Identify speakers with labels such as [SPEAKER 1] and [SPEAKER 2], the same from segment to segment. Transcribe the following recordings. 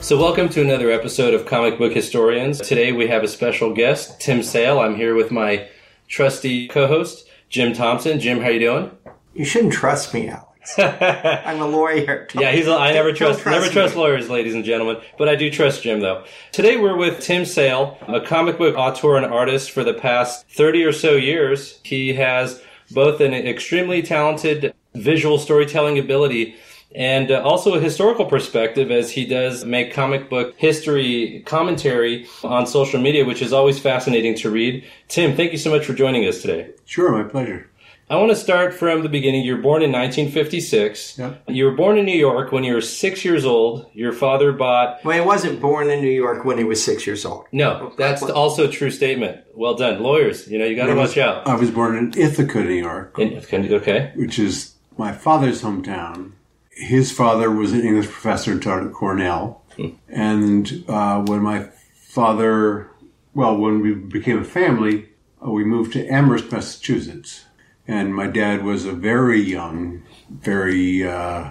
[SPEAKER 1] So, welcome to another episode of Comic Book Historians. Today we have a special guest, Tim Sale. I'm here with my trusty co-host, Jim Thompson. Jim, how you doing?
[SPEAKER 2] You shouldn't trust me, Alex. I'm a lawyer.
[SPEAKER 1] Yeah, he's. I never
[SPEAKER 2] Don't
[SPEAKER 1] trust, never
[SPEAKER 2] me.
[SPEAKER 1] trust lawyers, ladies and gentlemen. But I do trust Jim, though. Today we're with Tim Sale, a comic book author and artist for the past thirty or so years. He has both an extremely talented visual storytelling ability and uh, also a historical perspective as he does make comic book history commentary on social media which is always fascinating to read tim thank you so much for joining us today
[SPEAKER 3] Sure, my pleasure.
[SPEAKER 1] I want to start from the beginning. You were born in 1956.
[SPEAKER 3] Yeah.
[SPEAKER 1] You were born in New York when you were six years old. Your father bought.
[SPEAKER 2] Well, he wasn't born in New York when he was six years old.
[SPEAKER 1] No, that's also a true statement. Well done. Lawyers, you know, you got to watch out.
[SPEAKER 3] I was born in Ithaca, New York,
[SPEAKER 1] And- Okay.
[SPEAKER 3] which is my father's hometown. His father was an English professor taught at Cornell. And uh, when my father, well, when we became a family, uh, we moved to Amherst, Massachusetts. And my dad was a very young, very uh,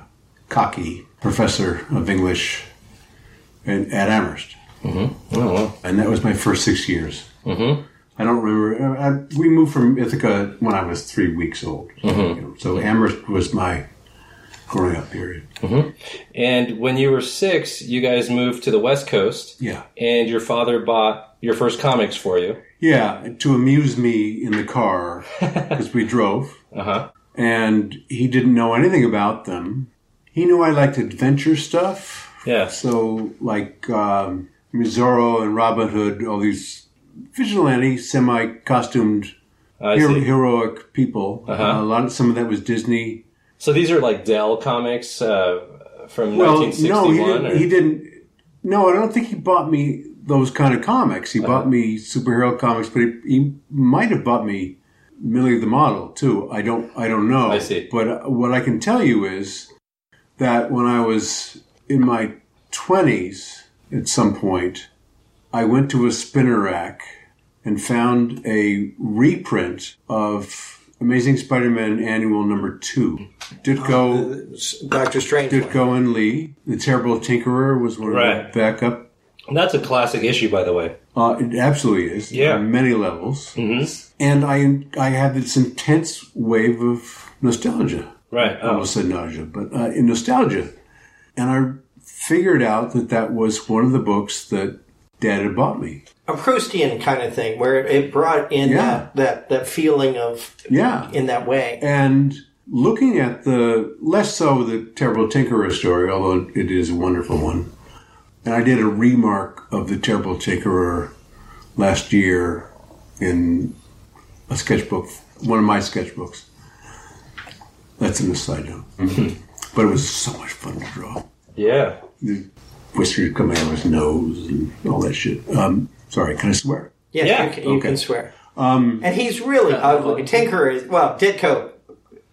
[SPEAKER 3] cocky professor of English in, at Amherst.
[SPEAKER 1] Oh, well.
[SPEAKER 3] and that was my first six years.
[SPEAKER 1] Mm-hmm.
[SPEAKER 3] I don't remember. I, I- we moved from Ithaca when I was three weeks old,
[SPEAKER 1] Mm-hmm.
[SPEAKER 3] You know, so Amherst was my growing up period.
[SPEAKER 1] And when you were six, you guys moved to the West Coast,
[SPEAKER 3] Yeah,
[SPEAKER 1] and your father bought your first comics for you.
[SPEAKER 3] yeah. To amuse me in the car because we drove,
[SPEAKER 1] Uh huh.
[SPEAKER 3] and he didn't know anything about them. He knew I liked adventure stuff,
[SPEAKER 1] Yes.
[SPEAKER 3] so like um, Mizoro and Robin Hood, all these vigilante, semi-costumed
[SPEAKER 1] I
[SPEAKER 3] hero-
[SPEAKER 1] see. Uh-huh.
[SPEAKER 3] heroic people. Uh, a lot of some of that was Disney.
[SPEAKER 1] So these are like Dell comics uh, from
[SPEAKER 3] Well, no, he
[SPEAKER 1] 1961.
[SPEAKER 3] didn't,
[SPEAKER 1] or-
[SPEAKER 3] he didn't. No, I don't think he bought me those kind of comics. He
[SPEAKER 1] Uh-huh.
[SPEAKER 3] bought me superhero comics, but he, he might have bought me Millie the Model too. I don't. I don't know.
[SPEAKER 1] I see.
[SPEAKER 3] But uh, what I can tell you is that when I was in my twenties, at some point, I went to a spinner rack and found a reprint of Amazing Spider-Man Annual Number Two. Ditko.
[SPEAKER 1] Uh,
[SPEAKER 2] Doctor Strange.
[SPEAKER 3] Ditko and Lee. The Terrible Tinkerer was one
[SPEAKER 1] Right.
[SPEAKER 3] of the backup.
[SPEAKER 1] That's a classic issue, by the way.
[SPEAKER 3] Uh, it absolutely is.
[SPEAKER 1] Yeah.
[SPEAKER 3] On many levels.
[SPEAKER 1] Mhm.
[SPEAKER 3] And I I had this intense wave of nostalgia.
[SPEAKER 1] Right.
[SPEAKER 3] I
[SPEAKER 1] Oh.
[SPEAKER 3] almost said nausea, but uh, in nostalgia. And I figured out that that was one of the books that Dad had bought me.
[SPEAKER 2] A Proustian kind of thing where it brought in
[SPEAKER 3] Yeah.
[SPEAKER 2] that, that, that feeling of
[SPEAKER 3] Yeah.
[SPEAKER 2] in that way.
[SPEAKER 3] And looking at the less so the terrible tinkerer story, although it is a wonderful one. And I did a remark of the terrible tinkerer last year in a sketchbook, one of my sketchbooks. That's an aside note. but it was so much fun to draw.
[SPEAKER 1] Yeah.
[SPEAKER 3] The whiskers coming out of his nose and all that shit. Um, sorry, can I swear?
[SPEAKER 2] Yeah,
[SPEAKER 1] Yeah,
[SPEAKER 2] you, can, you
[SPEAKER 3] okay.
[SPEAKER 2] can swear. Um, and he's really ugly. Tinker is well, Ditko.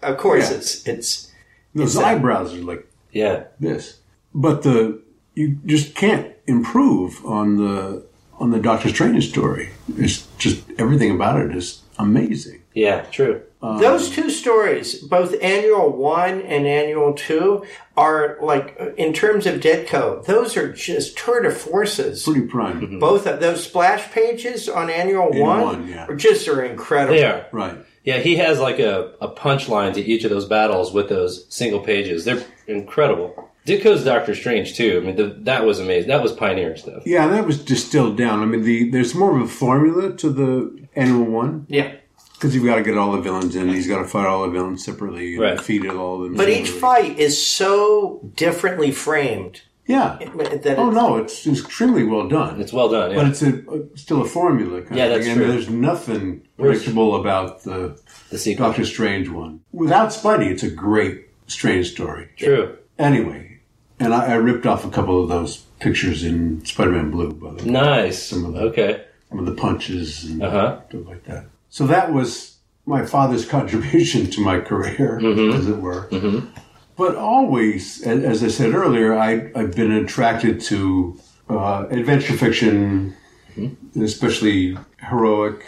[SPEAKER 2] Of course,
[SPEAKER 3] Yeah.
[SPEAKER 2] it's it's
[SPEAKER 3] Those eyebrows are like
[SPEAKER 1] Yeah.
[SPEAKER 3] this. But the you just can't improve on the on the Doctor Strange story. It's just everything about it is amazing.
[SPEAKER 1] Yeah. True.
[SPEAKER 3] Um,
[SPEAKER 2] those two stories, both Annual One and Annual Two, are like in terms of Ditko, those are just tour de forces.
[SPEAKER 3] Pretty prime,
[SPEAKER 1] Mm-hmm.
[SPEAKER 2] Both of those splash pages on Annual One,
[SPEAKER 3] One, yeah.
[SPEAKER 2] are just are incredible.
[SPEAKER 1] They are.
[SPEAKER 3] right?
[SPEAKER 1] Yeah, he has like a, a punchline to each of those battles with those single pages. They're incredible. Ditko's Doctor Strange too. I mean, the, that was amazing. That was pioneer stuff.
[SPEAKER 3] Yeah, that was distilled down. I mean, the there's more of a formula to the Animal One
[SPEAKER 2] Yeah.
[SPEAKER 3] because you've got to get all the villains in. He's got to fight all the villains separately and
[SPEAKER 1] Right.
[SPEAKER 3] defeat all of them.
[SPEAKER 2] But each
[SPEAKER 3] separately.
[SPEAKER 2] fight is so differently framed
[SPEAKER 3] yeah.
[SPEAKER 2] that
[SPEAKER 3] Oh
[SPEAKER 2] it's-
[SPEAKER 3] no, it's extremely well done.
[SPEAKER 1] It's well done.
[SPEAKER 3] but
[SPEAKER 1] Yeah.
[SPEAKER 3] it's a, a- still a formula. Kind
[SPEAKER 1] Yeah,
[SPEAKER 3] of
[SPEAKER 1] that's
[SPEAKER 3] thing. I mean,
[SPEAKER 1] true.
[SPEAKER 3] there's nothing predictable about the
[SPEAKER 1] The sequel.
[SPEAKER 3] Doctor Strange one. Without Spidey, it's a great Strange story.
[SPEAKER 1] True.
[SPEAKER 3] Anyway, and I, I ripped off a couple of those pictures in Spider-Man Blue, by the way,
[SPEAKER 1] Nice.
[SPEAKER 3] Some of them.
[SPEAKER 1] Okay.
[SPEAKER 3] some of the punches and
[SPEAKER 1] Uh huh.
[SPEAKER 3] stuff like that. So that was my father's contribution to my career, as it were. But always, a- as I said earlier, I, I've been attracted to uh, adventure fiction, especially heroic,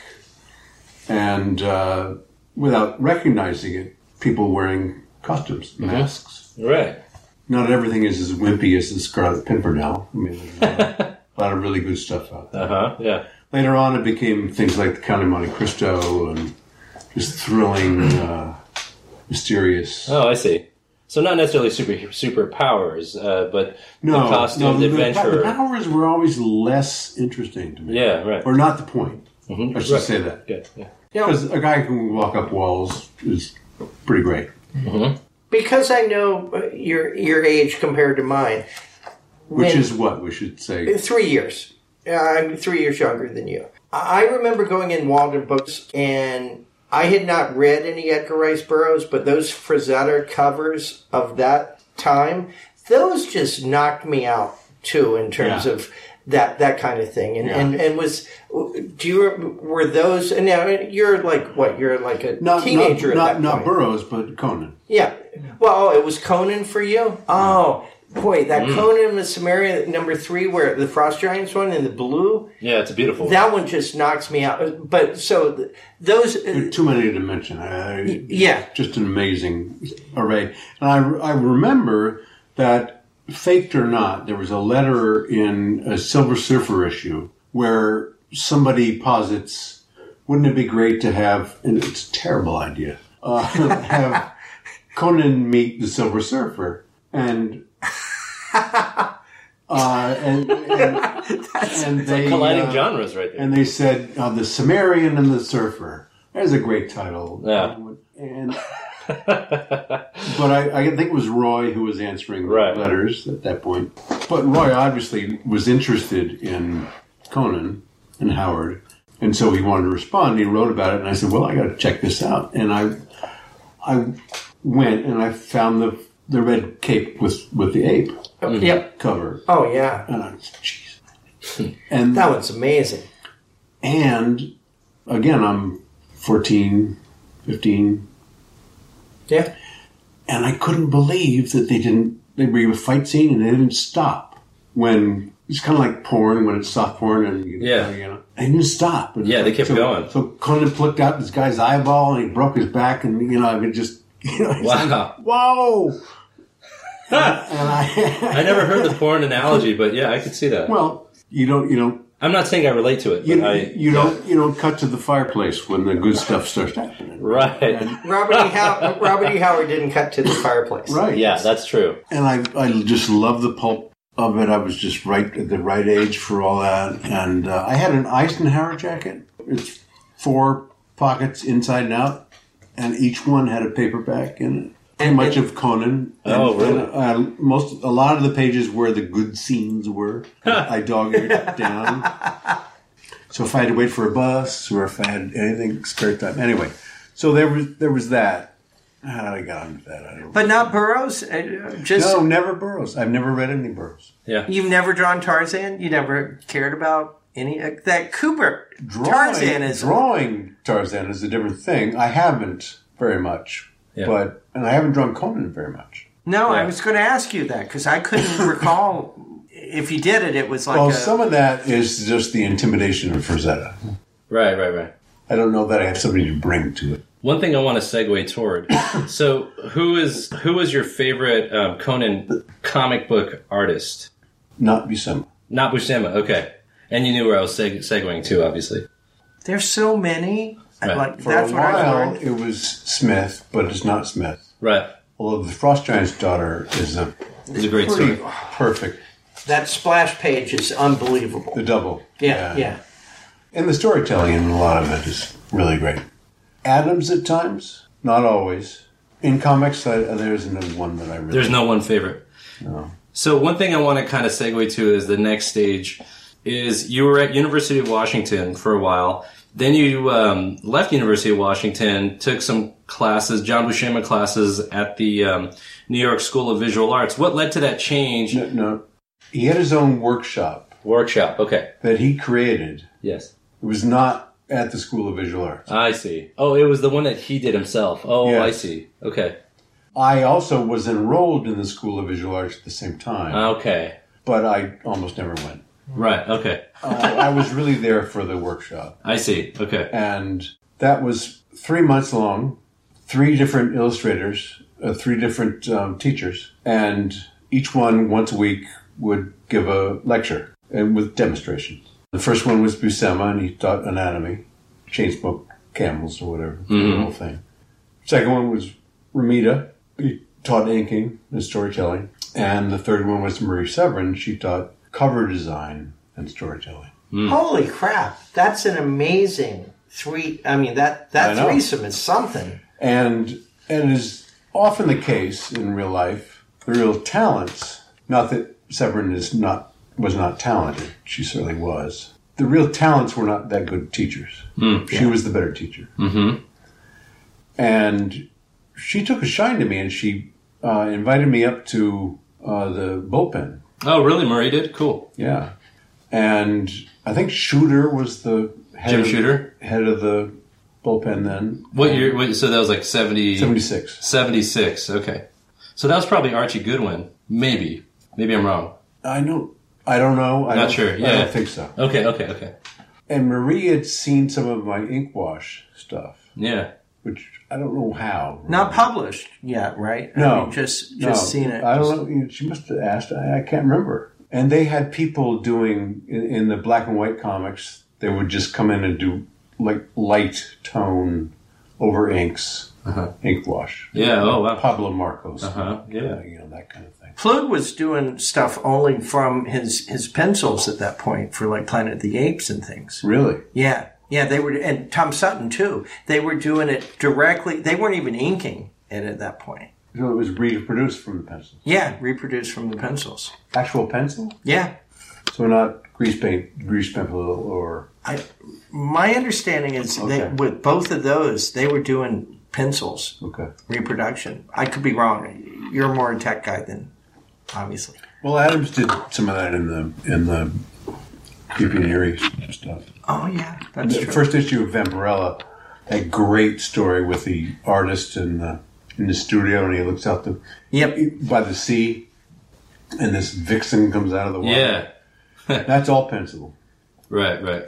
[SPEAKER 3] and uh, without recognizing it, people wearing costumes, masks.
[SPEAKER 1] Right.
[SPEAKER 3] not everything is as wimpy as the Scarlet Pimpernel. I mean, there's a lot of really good stuff out there.
[SPEAKER 1] Uh huh. Yeah.
[SPEAKER 3] Later on, it became things like the Count of Monte Cristo and just thrilling, uh, mysterious.
[SPEAKER 1] Oh, I see. So not necessarily super superpowers, uh, but
[SPEAKER 3] no,
[SPEAKER 1] the costume,
[SPEAKER 3] no,
[SPEAKER 1] the,
[SPEAKER 3] the,
[SPEAKER 1] adventure.
[SPEAKER 3] the powers were always less interesting to me.
[SPEAKER 1] yeah. Right. Mm-hmm.
[SPEAKER 3] or not the point. I should
[SPEAKER 1] Right.
[SPEAKER 3] say that
[SPEAKER 1] Good. Yeah.
[SPEAKER 3] because a guy who can walk up walls is pretty great.
[SPEAKER 2] Because I know uh, your your age compared to mine,
[SPEAKER 3] Which
[SPEAKER 2] When-
[SPEAKER 3] is what we should say.
[SPEAKER 2] three years. Uh, I'm three years younger than you. I I remember going in Walden Books, and I had not read any Edgar Rice Burroughs, but those Frazetta covers of that time, those just knocked me out too in terms
[SPEAKER 3] Yeah.
[SPEAKER 2] of that that kind of thing. And
[SPEAKER 3] Yeah.
[SPEAKER 2] and, and was do you were those? And now you're like what? You're like a
[SPEAKER 3] Not
[SPEAKER 2] teenager at
[SPEAKER 3] not
[SPEAKER 2] that
[SPEAKER 3] not, not
[SPEAKER 2] point.
[SPEAKER 3] Burroughs, but Conan.
[SPEAKER 2] Yeah.
[SPEAKER 3] Mm.
[SPEAKER 2] Well, oh, it was Conan for you. Oh boy, that
[SPEAKER 3] Mm.
[SPEAKER 2] Conan and the Samaria number three, where the Frost Giants one in the blue,
[SPEAKER 1] Yeah. It's a beautiful.
[SPEAKER 2] that one just knocks me out. But so th- those, uh,
[SPEAKER 3] Too many to mention. I, I-
[SPEAKER 2] yeah,
[SPEAKER 3] just an amazing array. And I, I remember that, faked or not, there was a letter in a Silver Surfer issue where somebody posits, wouldn't it be great to have, and it's a terrible idea, uh, have Conan meet the Silver Surfer? And. Uh, and and, and they
[SPEAKER 1] colliding
[SPEAKER 3] uh,
[SPEAKER 1] genres right there.
[SPEAKER 3] and they said uh, the Sumerian and the Surfer. That is a great title.
[SPEAKER 1] Yeah.
[SPEAKER 3] And, but I, I think it was Roy who was answering
[SPEAKER 1] Right.
[SPEAKER 3] the letters at that point. But Roy obviously was interested in Conan and Howard, and so he wanted to respond. And he wrote about it, and I said, "Well, I got to check this out." And I, I went and I found the the red cape with with the ape Mm-hmm.
[SPEAKER 2] yep.
[SPEAKER 3] cover,
[SPEAKER 2] Oh yeah,
[SPEAKER 3] and I was, "Jeez." And
[SPEAKER 2] that one's amazing.
[SPEAKER 3] and again, I'm 14, 15,
[SPEAKER 2] Yeah,
[SPEAKER 3] and I couldn't believe that they didn't, they were a fight scene and they didn't stop when it's kind of like porn when it's soft porn and you,
[SPEAKER 1] Yeah.
[SPEAKER 3] you know, they didn't stop. And
[SPEAKER 1] Yeah, they kept
[SPEAKER 3] so,
[SPEAKER 1] going.
[SPEAKER 3] So Conan plucked out this guy's eyeball and he broke his back and, you know, I mean, just, you know, it's like,
[SPEAKER 1] Wow.
[SPEAKER 3] whoa. And I,
[SPEAKER 1] I never heard the porn analogy, but yeah, I could see that.
[SPEAKER 3] well, you don't, you don't,
[SPEAKER 1] I'm not saying I relate to it, but
[SPEAKER 3] you,
[SPEAKER 1] I
[SPEAKER 3] you don't, you don't cut to the fireplace when the good stuff starts happening.
[SPEAKER 1] right.
[SPEAKER 2] Robert E. How- Robert E. Howard didn't cut to the fireplace.
[SPEAKER 3] Right.
[SPEAKER 1] Yeah, that's true.
[SPEAKER 3] and I, I just love the pulp of it. I was just right at the right age for all that, and uh, I had an Eisenhower jacket. It's four pockets inside and out, and each one had a paperback in it. And much of Conan. And,
[SPEAKER 1] Oh, really?
[SPEAKER 3] and, uh, most a lot of the pages where the good scenes were. I dog eared it down. So if I had to wait for a bus or if I had anything spare time, anyway. So there was there was that. How did I got onto that? I don't know.
[SPEAKER 2] But not Burroughs. Uh, Just
[SPEAKER 3] No, never Burroughs. I've never read any Burroughs.
[SPEAKER 1] Yeah.
[SPEAKER 2] you've never drawn Tarzan. You never cared about any uh, that Cooper
[SPEAKER 3] Drawing,
[SPEAKER 2] Tarzan is
[SPEAKER 3] drawing Tarzan is a different thing. I haven't very much,
[SPEAKER 1] Yeah.
[SPEAKER 3] but and I haven't drawn Conan very much.
[SPEAKER 2] No, I
[SPEAKER 1] Yeah.
[SPEAKER 2] was going to ask you that because I couldn't recall if you did it. It was like
[SPEAKER 3] Well,
[SPEAKER 2] a-
[SPEAKER 3] some of that is just the intimidation of Frazetta.
[SPEAKER 1] Right, right, right.
[SPEAKER 3] I don't know that I have somebody to bring to it.
[SPEAKER 1] One thing I want to segue toward. so, who is who is your favorite um, Conan comic book artist?
[SPEAKER 3] Not Buscema.
[SPEAKER 1] Not Buscema. Okay, and you knew where I was seg- segueing to, obviously.
[SPEAKER 2] there's so many. I
[SPEAKER 1] Right.
[SPEAKER 2] Like
[SPEAKER 3] For
[SPEAKER 2] that's
[SPEAKER 3] a
[SPEAKER 2] what I
[SPEAKER 3] while,
[SPEAKER 2] learned.
[SPEAKER 3] it was Smith, but it's not Smith.
[SPEAKER 1] Right.
[SPEAKER 3] Although the Frost Giant's daughter is a
[SPEAKER 1] It's a great
[SPEAKER 3] pretty
[SPEAKER 1] story.
[SPEAKER 3] perfect.
[SPEAKER 2] That splash page is unbelievable.
[SPEAKER 3] The double.
[SPEAKER 2] Yeah, yeah,
[SPEAKER 3] And the storytelling in a lot of it is really great. Adams at times, not always. In comics, I, there isn't one that I really.
[SPEAKER 1] There's no one favorite. So one thing I want to kind of segue to is the next stage is you were at University of Washington for a while. Then you um, left University of Washington, took some classes, John Buscema classes at the um, New York School of Visual Arts. What led to that change?
[SPEAKER 3] no, no. He had his own workshop
[SPEAKER 1] Workshop. Okay.
[SPEAKER 3] that he created.
[SPEAKER 1] Yes.
[SPEAKER 3] It was not at the School of Visual Arts.
[SPEAKER 1] I see. Oh, it was the one that he did himself. Oh,
[SPEAKER 3] Yes.
[SPEAKER 1] I see. Okay.
[SPEAKER 3] I also was enrolled in the School of Visual Arts at the same time,
[SPEAKER 1] Uh. Okay.
[SPEAKER 3] but I almost never went.
[SPEAKER 1] Right. Okay.
[SPEAKER 3] Uh, I was really there for the workshop.
[SPEAKER 1] I see. Okay.
[SPEAKER 3] and that was three months long, three different illustrators, uh, three different um, teachers, and each one once a week would give a lecture and with demonstrations. The first one was Buscema, and he taught anatomy, chainsmoke camels or whatever, the whole thing. Second one was Ramita. He taught inking and storytelling. And the third one was Marie Severin. She taught cover design and storytelling.
[SPEAKER 2] Holy crap! That's an amazing three. I mean, that that
[SPEAKER 3] I know.
[SPEAKER 2] threesome is something.
[SPEAKER 3] And and is often the case in real life. The real talents, not that Severin is not was not talented. She certainly was. The real talents were not that good teachers.
[SPEAKER 1] Hmm,
[SPEAKER 3] she was the better teacher. Mm-hmm. And she took a shine to me, and she uh, invited me up to uh, the bullpen.
[SPEAKER 1] Oh, really? Murray did? Cool.
[SPEAKER 3] Yeah, and I think Shooter was the head
[SPEAKER 1] Jim
[SPEAKER 3] of,
[SPEAKER 1] Shooter?
[SPEAKER 3] head of the bullpen then.
[SPEAKER 1] What year? Wait, so that was like 70,
[SPEAKER 3] Seventy six.
[SPEAKER 1] 76. Okay. So that was probably Archie Goodwin. Maybe. Maybe I'm wrong.
[SPEAKER 3] I know. I don't know. I
[SPEAKER 1] Not
[SPEAKER 3] don't,
[SPEAKER 1] sure,
[SPEAKER 3] I
[SPEAKER 1] yeah.
[SPEAKER 3] don't think so.
[SPEAKER 1] Okay, okay, okay.
[SPEAKER 3] And Marie had seen some of my ink wash stuff,
[SPEAKER 1] Yeah.
[SPEAKER 3] which I don't know how.
[SPEAKER 2] Not published yet, right?
[SPEAKER 3] No.
[SPEAKER 2] I mean, just just
[SPEAKER 3] No,
[SPEAKER 2] seen it.
[SPEAKER 3] I don't know. you- She must have asked. I, I can't remember. And they had people doing in, in the black and white comics. They would just come in and do like light tone over inks, ink wash.
[SPEAKER 1] Yeah. Oh, wow.
[SPEAKER 3] Pablo Marcos.
[SPEAKER 1] Uh-huh, yeah.
[SPEAKER 3] you know that kind of thing.
[SPEAKER 2] Plug was doing stuff only from his his pencils at that point for like Planet of the Apes and things.
[SPEAKER 3] Really?
[SPEAKER 2] Yeah, yeah, they were, and Tom Sutton too. They were doing it directly. They weren't even inking it at that point.
[SPEAKER 3] So it was reproduced from the pencil,
[SPEAKER 2] Yeah, reproduced from the pencils.
[SPEAKER 3] actual pencil.
[SPEAKER 2] Yeah,
[SPEAKER 3] So not grease paint, grease pencil, or
[SPEAKER 2] I, my understanding is
[SPEAKER 3] Okay.
[SPEAKER 2] that with both of those, they were doing pencils
[SPEAKER 3] okay.
[SPEAKER 2] reproduction. I could be wrong. You're more a tech guy than obviously.
[SPEAKER 3] Well, Adams did some of that in the in the Pupineri stuff.
[SPEAKER 2] Oh yeah, that's
[SPEAKER 3] The
[SPEAKER 2] true.
[SPEAKER 3] first issue of Vampirella, that great story with the artist in the in the studio, and he looks out the
[SPEAKER 2] yep.
[SPEAKER 3] by the sea, and this vixen comes out of the water.
[SPEAKER 1] Yeah.
[SPEAKER 3] that's all pencil.
[SPEAKER 1] Right, right.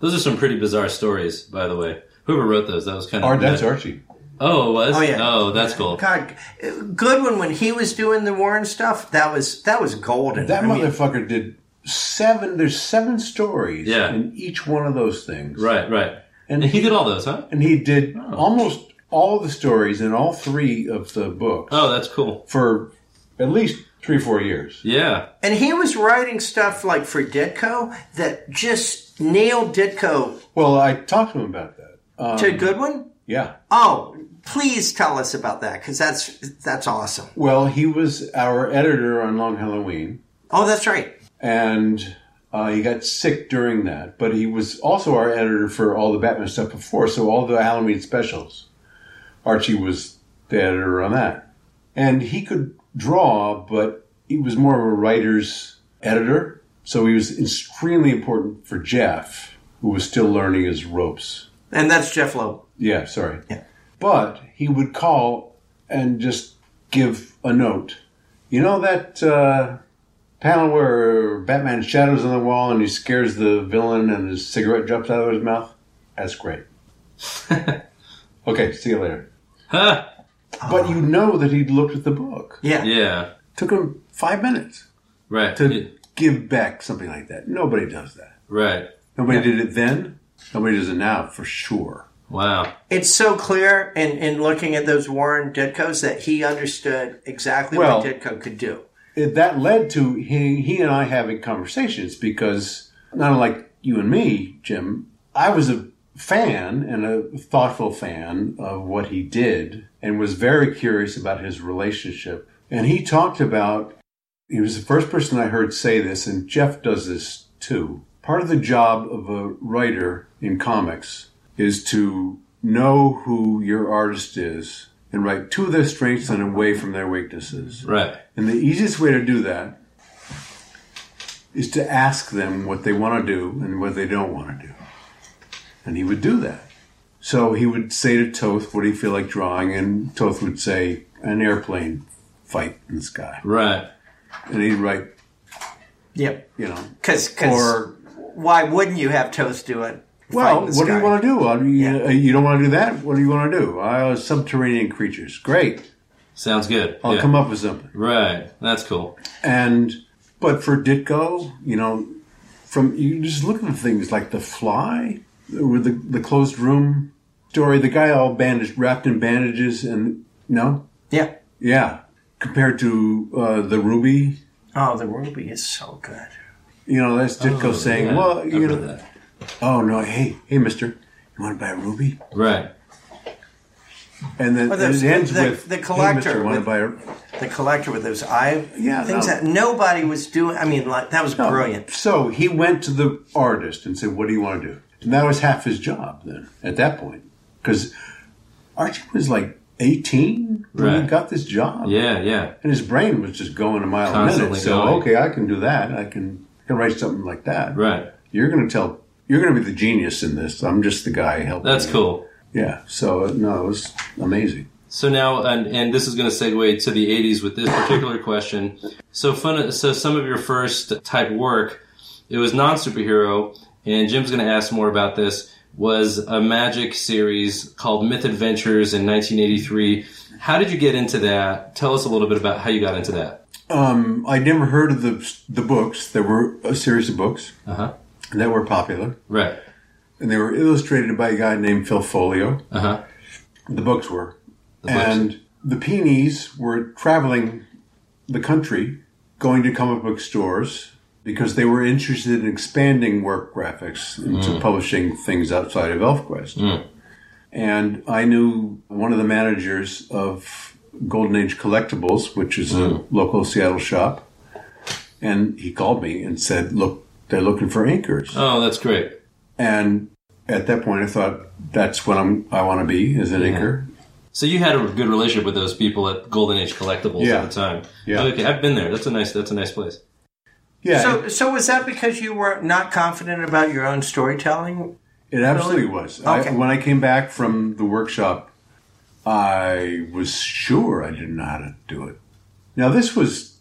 [SPEAKER 1] Those are some pretty bizarre stories, by the way. Whoever wrote those, that was kind of.
[SPEAKER 3] Art, that's Archie.
[SPEAKER 1] Oh, it was?
[SPEAKER 2] Oh, yeah.
[SPEAKER 1] Oh, that's cool.
[SPEAKER 2] God, Goodwin when he was doing the Warren stuff, that was that was golden.
[SPEAKER 3] That
[SPEAKER 2] I mean,
[SPEAKER 3] motherfucker did seven. There's seven stories
[SPEAKER 1] Yeah.
[SPEAKER 3] in each one of those things.
[SPEAKER 1] Right, Oh. right.
[SPEAKER 3] And
[SPEAKER 1] And he did all those, huh?
[SPEAKER 3] and he did almost all the stories in all three of the books
[SPEAKER 1] Oh, that's cool.
[SPEAKER 3] for at least three four years.
[SPEAKER 1] Yeah.
[SPEAKER 2] and he was writing stuff like for Ditko that just nailed Ditko
[SPEAKER 3] Well, I talked to him about that. Uh,
[SPEAKER 2] to Goodwin.
[SPEAKER 3] yeah.
[SPEAKER 2] Oh, please tell us about that because that's that's awesome.
[SPEAKER 3] Well, he was our editor on Long Halloween,
[SPEAKER 2] Oh, that's right.
[SPEAKER 3] and uh, he got sick during that. But he was also our editor for all the Batman stuff before, so all the Halloween specials. Archie was the editor on that, and he could draw, but he was more of a writer's editor. So he was extremely important for Jeff, who was still learning his ropes.
[SPEAKER 2] And that's Jeff Loeb.
[SPEAKER 3] Yeah, sorry.
[SPEAKER 2] Yeah.
[SPEAKER 3] But he would call and just give a note. You know that uh, panel where Batman shadows on the wall and he scares the villain and his cigarette drops out of his mouth? That's great. okay, see you later.
[SPEAKER 1] Huh.
[SPEAKER 3] But you know that he'd looked at the book.
[SPEAKER 2] Yeah.
[SPEAKER 1] Yeah.
[SPEAKER 3] took him five minutes
[SPEAKER 1] Right.
[SPEAKER 3] to
[SPEAKER 1] Yeah,
[SPEAKER 3] give back something like that. Nobody does that.
[SPEAKER 1] Right.
[SPEAKER 3] Nobody did it then. Nobody does it now, for sure.
[SPEAKER 1] Wow.
[SPEAKER 2] It's so clear in, in looking at those Warren Ditkos that he understood exactly
[SPEAKER 3] Well-
[SPEAKER 2] what Ditko could do.
[SPEAKER 3] it, that led to he, he and I having conversations because not unlike you and me, Jim, I was a fan and a thoughtful fan of what he did and was very curious about his relationship. And he talked about, he was the first person I heard say this, and Jeff does this too. Part of the job of a writer in comics is to know who your artist is and write to their strengths and away from their weaknesses.
[SPEAKER 1] Right.
[SPEAKER 3] And the easiest way to do that is to ask them what they want to do and what they don't want to do. And he would do that. So he would say to Toth, What do you feel like drawing? And Toth would say, An airplane fight in the sky.
[SPEAKER 1] Right.
[SPEAKER 3] And he'd write,
[SPEAKER 2] Yep.
[SPEAKER 3] you know,
[SPEAKER 2] Because
[SPEAKER 3] or,
[SPEAKER 2] why wouldn't you have Toast do it?
[SPEAKER 3] well,
[SPEAKER 2] Fight in
[SPEAKER 3] what
[SPEAKER 2] the
[SPEAKER 3] do you
[SPEAKER 2] sky.
[SPEAKER 3] want to do? I mean,
[SPEAKER 2] Yeah.
[SPEAKER 3] You don't want to do that? What do you want to do? Uh, subterranean creatures. Great.
[SPEAKER 1] Sounds good.
[SPEAKER 3] I'll
[SPEAKER 1] yeah.
[SPEAKER 3] come up with something.
[SPEAKER 1] Right. That's cool.
[SPEAKER 3] And but for Ditko, you know, from you just look at the things like the fly with the the closed room story, the guy all bandaged, wrapped in bandages, and no,
[SPEAKER 2] Yeah.
[SPEAKER 3] yeah, compared to uh, the Ruby,
[SPEAKER 2] Oh, the Ruby is so good.
[SPEAKER 3] you know, that's Ditko saying,
[SPEAKER 1] Oh, Yeah,
[SPEAKER 3] well,
[SPEAKER 1] I've
[SPEAKER 3] you know,
[SPEAKER 1] heard that.
[SPEAKER 3] oh no, hey, hey, Mister, you want to buy a Ruby?
[SPEAKER 1] Right.
[SPEAKER 3] And then
[SPEAKER 2] Well, there's
[SPEAKER 3] it ends
[SPEAKER 2] Oh, the-
[SPEAKER 3] with
[SPEAKER 2] the
[SPEAKER 3] "Hey,
[SPEAKER 2] collector
[SPEAKER 3] mister, wanna
[SPEAKER 2] with-
[SPEAKER 3] buy a-"
[SPEAKER 2] The collector with those eye
[SPEAKER 3] Yeah,
[SPEAKER 2] things
[SPEAKER 3] no.
[SPEAKER 2] that nobody was doing. I mean, like that was
[SPEAKER 3] No.
[SPEAKER 2] brilliant.
[SPEAKER 3] So he went to the artist and said, "What do you want to do?" And that was half his job then at that point, because Archie was like eighteen when he
[SPEAKER 1] Right.
[SPEAKER 3] got this job,
[SPEAKER 1] Yeah. Yeah.
[SPEAKER 3] and his brain was just going a mile a
[SPEAKER 1] Constantly
[SPEAKER 3] minute. So
[SPEAKER 1] going.
[SPEAKER 3] okay, I can do that. I can, I can write something like that.
[SPEAKER 1] Right.
[SPEAKER 3] You're going to tell. You're going to be the genius in this. I'm just the guy helping.
[SPEAKER 1] That's
[SPEAKER 3] you.
[SPEAKER 1] cool.
[SPEAKER 3] Yeah. So no, it was amazing.
[SPEAKER 1] So now, and, and this is going to segue to the '80s with this particular question. So fun. So some of your first type work, it was non superhero, and Jim's going to ask more about this. Was a magic series called Myth Adventures in 1983. How did you get into that? Tell us a little bit about how you got into that.
[SPEAKER 3] Um, I'd never heard of the the books. There were a series of books
[SPEAKER 1] Uh huh.
[SPEAKER 3] that were popular.
[SPEAKER 1] Right.
[SPEAKER 3] and they were illustrated by a guy named Phil Folio.
[SPEAKER 1] Uh huh.
[SPEAKER 3] The books were,
[SPEAKER 1] books.
[SPEAKER 3] and the Peonies were traveling the country, going to comic book stores because they were interested in expanding work graphics into publishing things outside of ElfQuest. And I knew one of the managers of Golden Age Collectibles, which is a local Seattle shop, and he called me and said, "Look, they're looking for inkers."
[SPEAKER 1] Oh, that's great.
[SPEAKER 3] And at that point, I thought that's what I'm, I want to be as an anchor.
[SPEAKER 1] So you had a good relationship with those people at Golden Age Collectibles
[SPEAKER 3] Yeah.
[SPEAKER 1] at the time.
[SPEAKER 3] Yeah.
[SPEAKER 1] Okay, I've been there. That's a nice. That's a nice place.
[SPEAKER 3] Yeah,
[SPEAKER 2] So,
[SPEAKER 3] it,
[SPEAKER 2] so was that because you were not confident about your own storytelling?
[SPEAKER 3] it absolutely was. I,
[SPEAKER 2] Okay.
[SPEAKER 3] when I came back from the workshop, I was sure I didn't know how to do it. Now this was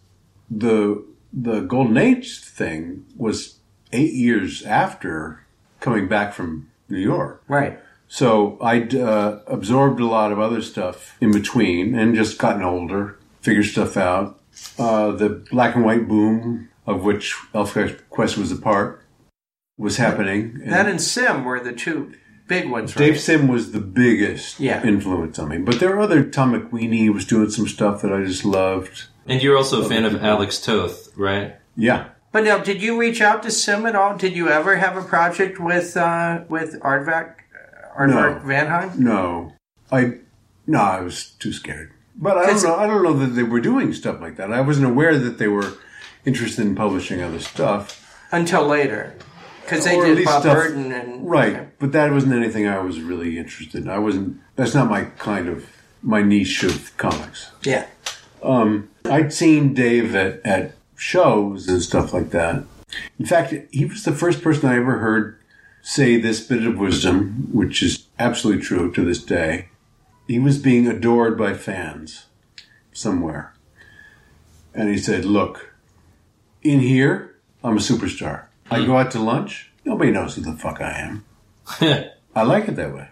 [SPEAKER 3] the the golden age thing was eight years after coming back from New York.
[SPEAKER 2] Right.
[SPEAKER 3] So I'd uh, absorbed a lot of other stuff in between and just gotten older, figured stuff out. Uh, the black and white boom, of which Elf Quest was a part, was happening. And
[SPEAKER 2] That and Sim were the two big ones, right?
[SPEAKER 3] Dave Sim was the biggest
[SPEAKER 2] Yeah.
[SPEAKER 3] influence on me. But there were other, Tom McWeeny was doing some stuff that I just loved.
[SPEAKER 1] And you're also a fan of Alex Toth, right?
[SPEAKER 3] Yeah.
[SPEAKER 2] But now, did you reach out to Sim at all? Did you ever have a project with uh, with Ardvac, Ardvac
[SPEAKER 3] No.
[SPEAKER 2] Vanheim?
[SPEAKER 3] No, I no, I was too scared. But I don't
[SPEAKER 2] 'Cause-
[SPEAKER 3] know. I don't know that they were doing stuff like that. I wasn't aware that they were interested in publishing other stuff.
[SPEAKER 2] until later, because they
[SPEAKER 3] Or at
[SPEAKER 2] did
[SPEAKER 3] least
[SPEAKER 2] Bob
[SPEAKER 3] stuff-
[SPEAKER 2] Burton and
[SPEAKER 3] Right, but that wasn't anything I was really interested in. I wasn't. That's not my kind of my niche of comics.
[SPEAKER 2] Yeah,
[SPEAKER 3] I'd seen Dave at, at shows and stuff like that. In fact, he was the first person I ever heard say this bit of wisdom, which is absolutely true to this day. He was being adored by fans somewhere. And he said, Look, in here, I'm a superstar. I go out to lunch, nobody knows who the fuck I am. I like it that way.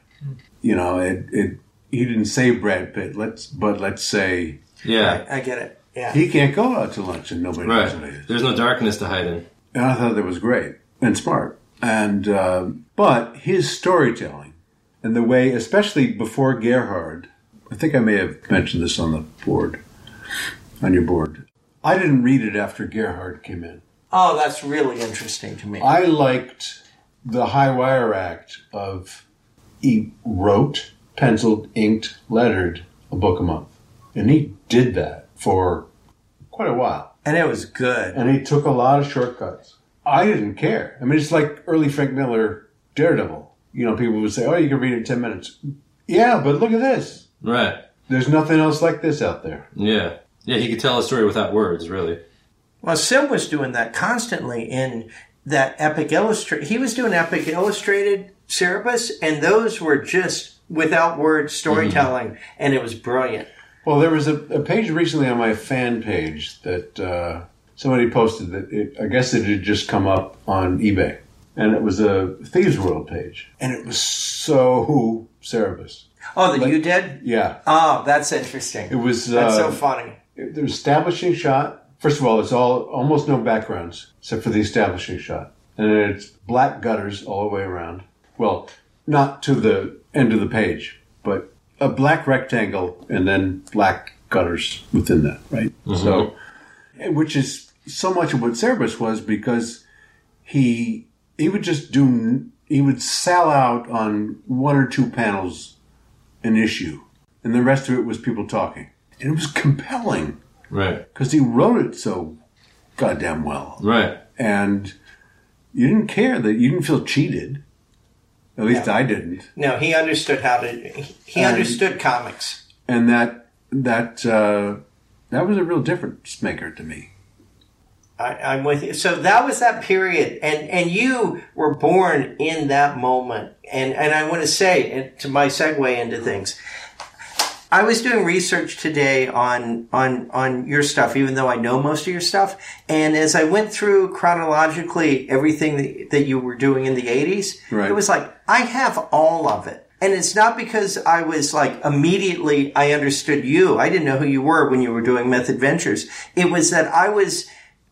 [SPEAKER 3] You know, it, it, he didn't say Brad Pitt, let's, but let's say
[SPEAKER 1] yeah.
[SPEAKER 2] I get it. Yeah,
[SPEAKER 3] he can't go out to lunch and nobody knows who he
[SPEAKER 1] Right.
[SPEAKER 3] is.
[SPEAKER 1] There's no darkness to hide in.
[SPEAKER 3] And I thought that was great and smart. And uh, but his storytelling and the way, especially before Gerhard, I think I may have mentioned this on the board, on your board. I didn't read it after Gerhard came in.
[SPEAKER 2] oh, that's really interesting to me.
[SPEAKER 3] I liked the High Wire Act of he wrote, penciled, inked, lettered a book a month, and he did that for quite a while.
[SPEAKER 2] and it was good.
[SPEAKER 3] and he took a lot of shortcuts. I didn't care. I mean, it's like early Frank Miller Daredevil. You know, people would say, "Oh, you can read it in ten minutes." Yeah, but look at this.
[SPEAKER 1] Right.
[SPEAKER 3] There's nothing else like this out there.
[SPEAKER 1] Yeah. Yeah. He could tell a story without words, really.
[SPEAKER 2] Well, Sim was doing that constantly in that Epic Illustrated. He was doing Epic Illustrated Cerebus, and those were just without word storytelling,
[SPEAKER 3] Mm-hmm.
[SPEAKER 2] and it was brilliant.
[SPEAKER 3] Well, there was a, a page recently on my fan page that uh, somebody posted that it, I guess it had just come up on eBay, and it was a Thieves World page, and it was so Cerebus.
[SPEAKER 4] Oh, that you did?
[SPEAKER 3] Yeah,
[SPEAKER 4] Oh, that's interesting.
[SPEAKER 3] it was.
[SPEAKER 2] That's
[SPEAKER 3] uh,
[SPEAKER 2] so funny.
[SPEAKER 3] the establishing shot. First of all, it's all almost no backgrounds except for the establishing shot, and it's black gutters all the way around. Well, not to the end of the page, but a black rectangle and then black gutters within that, right? So, which is so much of what Cerberus was because he he would just do he would sell out on one or two panels an issue, and the rest of it was people talking, and it was compelling
[SPEAKER 1] Right.
[SPEAKER 3] because he wrote it so goddamn well,
[SPEAKER 1] Right.
[SPEAKER 3] and you didn't care that you didn't feel cheated. At least I didn't,
[SPEAKER 2] No, he understood how to. He he
[SPEAKER 3] Um,
[SPEAKER 2] understood comics.
[SPEAKER 3] and that that uh, that was a real difference maker to me.
[SPEAKER 2] I, I'm with you. So that was that period, and and you were born in that moment. And and I want to say, and to my segue into things, I was doing research today on on on your stuff, even though I know most of your stuff. And as I went through chronologically everything that, that you were doing in the '80s,
[SPEAKER 3] Right.
[SPEAKER 2] it was like I have all of it. And it's not because I was like immediately I understood you. I didn't know who you were when you were doing Myth Adventures. It was that I was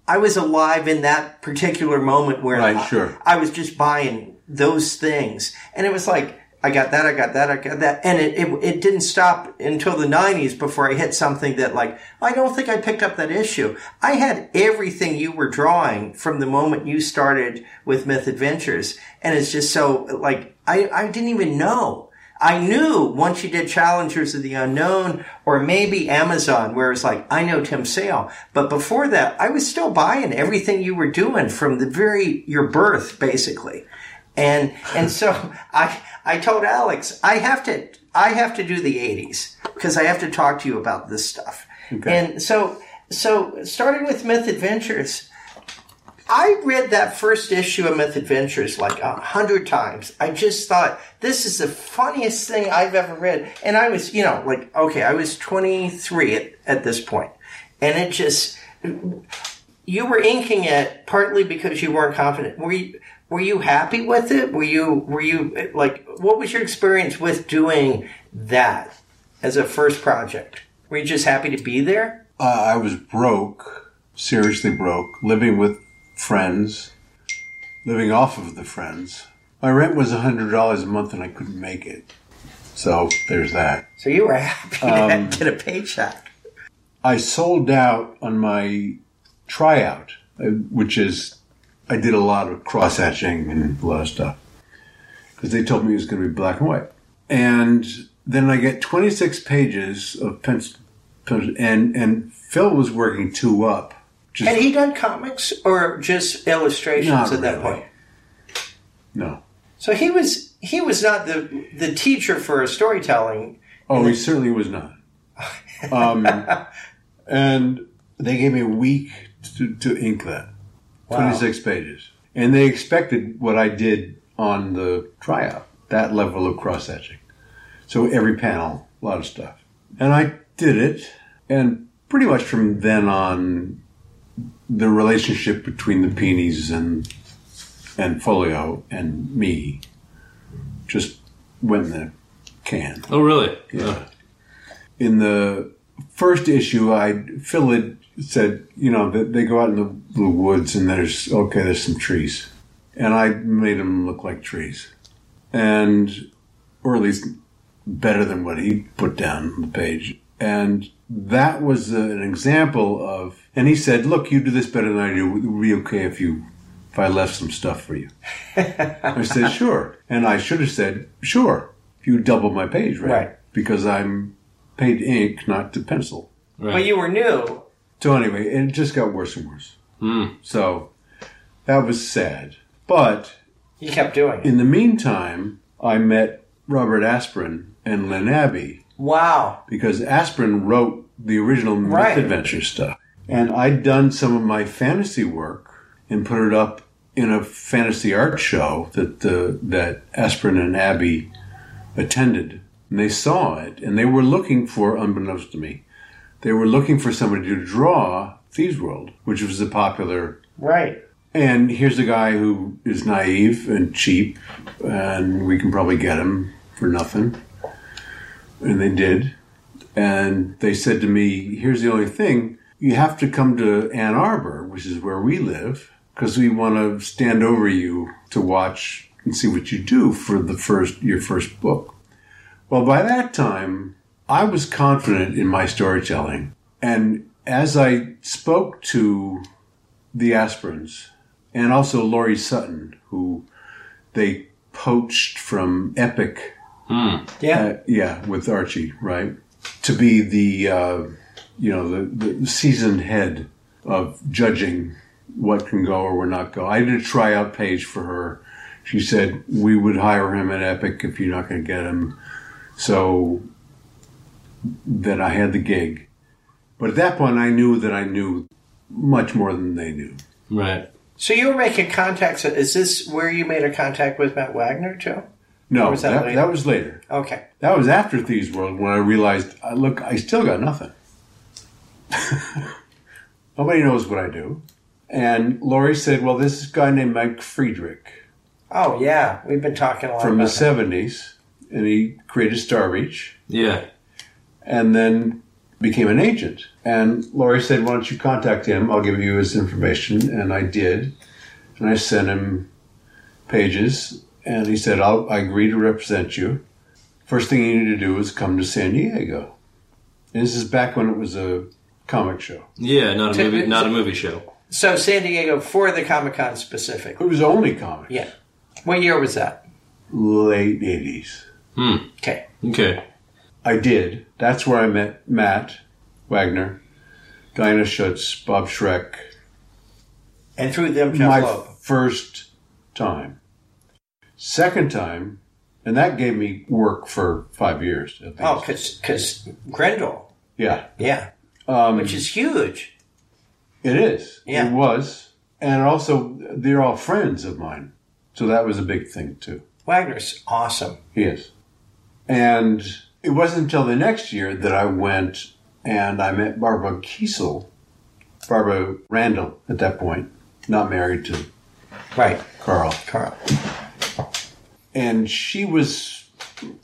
[SPEAKER 2] I was alive in that particular moment where
[SPEAKER 3] Right,
[SPEAKER 2] I-
[SPEAKER 3] sure.
[SPEAKER 2] I was just buying those things. And it was like, I got that, I got that, I got that. And it, it, it didn't stop until the 90s before I hit something that, like, I don't think I picked up that issue. I had everything you were drawing from the moment you started with Myth Adventures. And it's just so, like, I, I didn't even know. I knew once you did Challengers of the Unknown or maybe Amazon, where it's like, I know Tim Sale. But before that, I was still buying everything you were doing from the very, your birth, basically. And, and so I, I told Alex, I have to, I have to do the 80s because I have to talk to you about this stuff. And so, so starting with Myth Adventures, I read that first issue of Myth Adventures like a hundred times. I just thought this is the funniest thing I've ever read, and I was, you know, like okay, I was twenty three at, at this point, and it just you were inking it partly because you weren't confident. Were you were you happy with it? Were you were you like what was your experience with doing that as a first project? Were you just happy to be there?
[SPEAKER 3] Uh, I was broke, seriously broke, living with friends, living off of the friends. My rent was hundred dollars a month, and I couldn't make it. So there's that.
[SPEAKER 2] So you were happy to get a paycheck.
[SPEAKER 3] I sold out on my tryout, uh, which is I did a lot of cross hatching and a lot of stuff because they told me it was going to be black and white. And then I get 26 pages of pencil, pen, and and Phil was working two up. Just,
[SPEAKER 2] Had he done comics or just illustrations
[SPEAKER 3] Not
[SPEAKER 2] at that
[SPEAKER 3] really.
[SPEAKER 2] point?
[SPEAKER 3] no,
[SPEAKER 2] So he was he was not the the teacher for storytelling.
[SPEAKER 3] oh, he certainly was not. Um, and they gave me a week to, to ink that 26 pages. And they expected what I did on the tryout, that level of cross hatching. So every panel, a lot of stuff. And I did it. And pretty much from then on, the relationship between the peonies and, and Folio and me just went in the can.
[SPEAKER 1] Oh, really?
[SPEAKER 3] Yeah. In the first issue, I Phil had said, you know, that they go out in the, the woods and there's okay, there's some trees, and I made them look like trees, and or at least better than what he put down on the page, and that was uh, an example of. And he said, look, you do this better than I do. It would be okay if you. If I left some stuff for you, I said sure, and I should have said sure if you double my page, right?
[SPEAKER 2] Right.
[SPEAKER 3] Because I'm paid ink, not to pencil.
[SPEAKER 1] Right.
[SPEAKER 2] But you were new.
[SPEAKER 3] So anyway, it just got worse and worse. So that was sad. But
[SPEAKER 2] You kept doing it.
[SPEAKER 3] in the meantime, I met Robert Aspirin and Lynn Abbey
[SPEAKER 2] Wow.
[SPEAKER 3] because Aspirin wrote the original
[SPEAKER 2] Right.
[SPEAKER 3] Myth Adventure stuff. And I'd done some of my fantasy work and put it up in a fantasy art show that the that Aspirin and Abby attended. And they saw it and they were looking for, unbeknownst to me, they were looking for somebody to draw Thieves World, which was a popular
[SPEAKER 2] Right.
[SPEAKER 3] and here's a guy who is naive and cheap, and we can probably get him for nothing. and they did. And they said to me, "Here's the only thing: you have to come to Ann Arbor, which is where we live, because we want to stand over you to watch and see what you do for the first your first book." Well, by that time, I was confident in my storytelling, and as I spoke to the aspirants and also Laurie Sutton, who they poached from Epic
[SPEAKER 1] Hmm,
[SPEAKER 4] Yeah.
[SPEAKER 3] uh, yeah, with Archie, right? To be the uh, you know the, the seasoned head of judging what can go or will not go. I did a tryout page for her. She said we would hire him at Epic if you're not going to get him. So then I had the gig, but at that point I knew that I knew much more than they knew.
[SPEAKER 1] Right.
[SPEAKER 2] So you were making contacts. Is this where you made a contact with Matt Wagner too?
[SPEAKER 3] No,
[SPEAKER 2] was that
[SPEAKER 3] that,
[SPEAKER 2] later?
[SPEAKER 3] that was later.
[SPEAKER 2] Okay.
[SPEAKER 3] That was after Thieves World when I realized, uh, look, I still got nothing. Nobody knows what I do. And Laurie said, well, this guy named Mike Friedrich
[SPEAKER 2] Oh yeah, we've been talking a lot
[SPEAKER 3] from the
[SPEAKER 2] about that.
[SPEAKER 3] 70s, and he created Star Reach
[SPEAKER 1] Yeah.
[SPEAKER 3] and then became an agent. And Laurie said, Why don't you contact him? I'll give you his information. And I did. And I sent him pages. And he said, I'll, I agree to represent you. First thing you need to do is come to San Diego. And this is back when it was a comic show.
[SPEAKER 1] Yeah. Not a
[SPEAKER 2] Tip-
[SPEAKER 1] movie. Not a movie show.
[SPEAKER 2] So San Diego for the Comic Con specific.
[SPEAKER 3] It was only comic.
[SPEAKER 2] Yeah. What year was that?
[SPEAKER 3] Late 80s.
[SPEAKER 2] Okay.
[SPEAKER 1] Okay.
[SPEAKER 3] I did. That's where I met Matt Wagner, Dinah Schutz, Bob Schreck,
[SPEAKER 2] And through them, Jeff
[SPEAKER 3] my
[SPEAKER 2] Loeb.
[SPEAKER 3] first time. Second time, and that gave me work for five years. At least.
[SPEAKER 2] Oh, because Grendel.
[SPEAKER 3] yeah,
[SPEAKER 2] Yeah.
[SPEAKER 3] um,
[SPEAKER 2] Which is huge.
[SPEAKER 3] it is.
[SPEAKER 2] Yeah.
[SPEAKER 3] It was, and also they're all friends of mine, so that was a big thing too.
[SPEAKER 2] Wagner's awesome.
[SPEAKER 3] He is, and it wasn't until the next year that I went and I met Barbara Kiesel, Barbara Randall at that point, not married to
[SPEAKER 2] Right,
[SPEAKER 3] Carl.
[SPEAKER 2] Carl.
[SPEAKER 3] and she was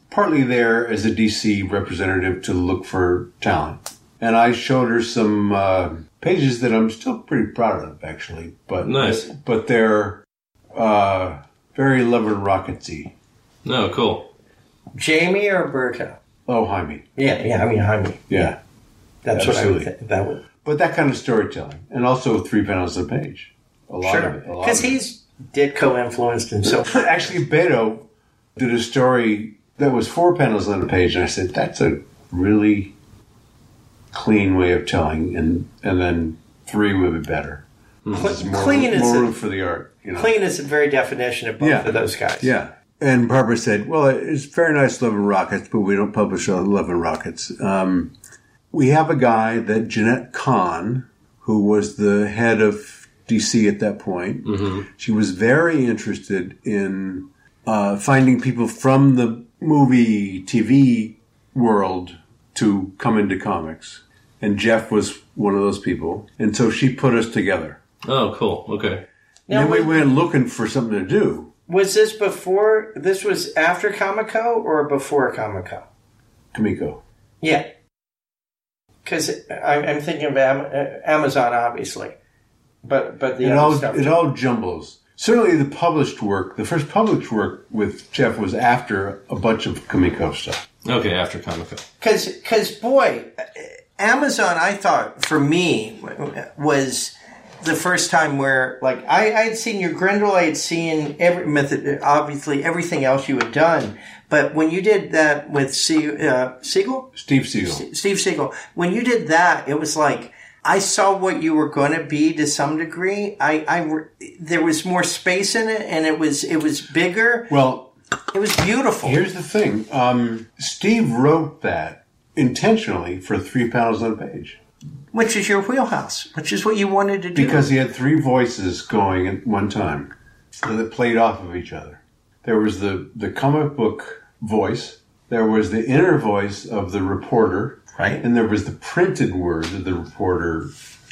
[SPEAKER 3] partly there as a DC representative to look for talent. And I showed her some uh, pages that I'm still pretty proud of, actually. But
[SPEAKER 1] Nice.
[SPEAKER 3] but they're uh, very Love and Rocketsy.
[SPEAKER 1] No. Oh, Cool.
[SPEAKER 2] Jamie or Berta?
[SPEAKER 3] Oh, Jaime,
[SPEAKER 2] Yeah, yeah. I mean, Jaime.
[SPEAKER 3] yeah.
[SPEAKER 2] That's
[SPEAKER 3] Absolutely.
[SPEAKER 2] what I would think. That would
[SPEAKER 3] But that kind of storytelling, and also three panels a page, a lot of
[SPEAKER 2] sure
[SPEAKER 3] it. a lot
[SPEAKER 2] because
[SPEAKER 3] of it.
[SPEAKER 2] he's Ditko influenced himself.
[SPEAKER 3] actually Beto did a story that was four panels on a page, and I said that's a really clean way of telling, and and then three would be better. There's more,
[SPEAKER 2] clean is
[SPEAKER 3] more
[SPEAKER 2] a-
[SPEAKER 3] room for the art, you know.
[SPEAKER 2] Clean is the very definition of both
[SPEAKER 3] Yeah.
[SPEAKER 2] of those guys.
[SPEAKER 3] Yeah. And Barbara said, "Well, it's very nice, Love and Rockets, but we don't publish on Love and Rockets. Um, we have a guy that Jeanette Kahn, who was the head of DC at that point, she was very interested in uh, finding people from the movie, TV world to come into comics, and Jeff was one of those people, and so she put us together.
[SPEAKER 1] Oh, cool. Okay.
[SPEAKER 2] Now,
[SPEAKER 3] and then we
[SPEAKER 2] was,
[SPEAKER 3] went looking for something to do."
[SPEAKER 2] was this before? This was after Comic Con or before Comic Con?
[SPEAKER 3] Kamiko.
[SPEAKER 2] Yeah. Because I'm, I'm thinking of Am- uh, Amazon, obviously, but but the
[SPEAKER 3] it
[SPEAKER 2] other
[SPEAKER 3] all
[SPEAKER 2] stuff.
[SPEAKER 3] it all jumbles. Certainly, the published work, the first published work with Jeff was after a bunch of Kamiko stuff.
[SPEAKER 1] Okay. After Comic Con.
[SPEAKER 2] Because, because, boy, Amazon, I thought for me was the first time where, like, I, I had seen your Grendel, I had seen every method, obviously everything else you had done, but when you did that with Se- uh, Siegel,
[SPEAKER 3] Steve Siegel.
[SPEAKER 2] Steve Siegel, when you did that, it was like I saw what you were going to be to some degree. I, I, re- there was more space in it, and it was, it was bigger.
[SPEAKER 3] Well,
[SPEAKER 2] It was beautiful.
[SPEAKER 3] here's the thing: um, Steve wrote that intentionally for three pounds on a page
[SPEAKER 2] which is your wheelhouse, which is what you wanted to do.
[SPEAKER 3] because he had three voices going at one time that played off of each other. There was the the comic book voice. There was the inner voice of the reporter,
[SPEAKER 2] Right.
[SPEAKER 3] And there was the printed word that the reporter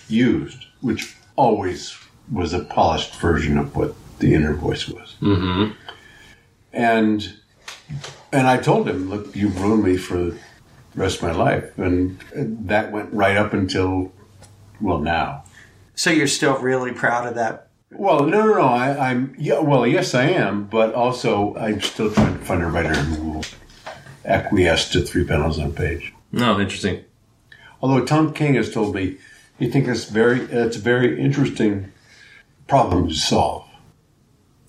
[SPEAKER 3] used, which always was a polished version of what the inner voice was. Mm-hmm. And and I told him, look, you ruined me for the rest of my life. And that went right up until, well, now.
[SPEAKER 4] So you're still really proud of that.
[SPEAKER 3] Well, no, no, no. I, I'm, yeah, well, yes, I am, but also I'm still trying to find a writer who will acquiesce to three panels on page.
[SPEAKER 1] No, interesting.
[SPEAKER 3] Although Tom King has told me, he thinks it's very it's a very interesting problem to solve.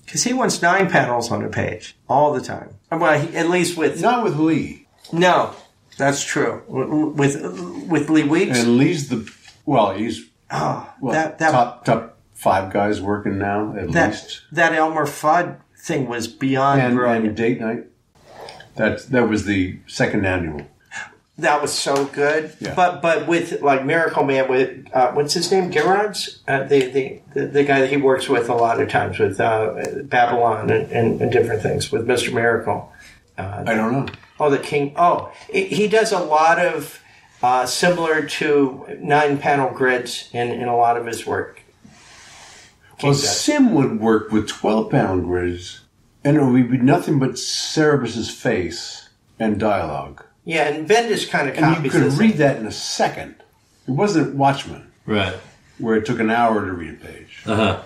[SPEAKER 4] Because he wants nine panels on a page all the time. Well, he, at least with no.
[SPEAKER 3] Not with Lee,
[SPEAKER 4] that's true. W- With with Lee Weeks,
[SPEAKER 3] and Lee's the well, he's well,
[SPEAKER 4] Ah, that that
[SPEAKER 3] top top five guys working now at
[SPEAKER 4] that
[SPEAKER 3] least,
[SPEAKER 4] that Elmer Fudd thing was beyond
[SPEAKER 3] and,
[SPEAKER 4] brilliant.
[SPEAKER 3] and date night. That that was the second annual.
[SPEAKER 2] That was so good.
[SPEAKER 3] Yeah.
[SPEAKER 2] But but with like Miracle Man with uh, what's his name Gerards uh, the, the the the guy that he works with a lot of times with uh, Babylon and, and, and different things with Mister Miracle.
[SPEAKER 3] I don't know.
[SPEAKER 2] Oh, the King. Oh, he- he does a lot of uh, similar to nine panel grids in, in a lot of his work.
[SPEAKER 3] Well,
[SPEAKER 2] does.
[SPEAKER 3] Sim would work with twelve pound grids, and it would be nothing but Cerebus's face and dialogue.
[SPEAKER 2] Yeah, and Bendis kind of
[SPEAKER 3] And you
[SPEAKER 2] copies
[SPEAKER 3] could
[SPEAKER 2] this.
[SPEAKER 3] read that in a second. It wasn't Watchmen,
[SPEAKER 1] Right.
[SPEAKER 3] where it took an hour to read a page.
[SPEAKER 1] Uh huh.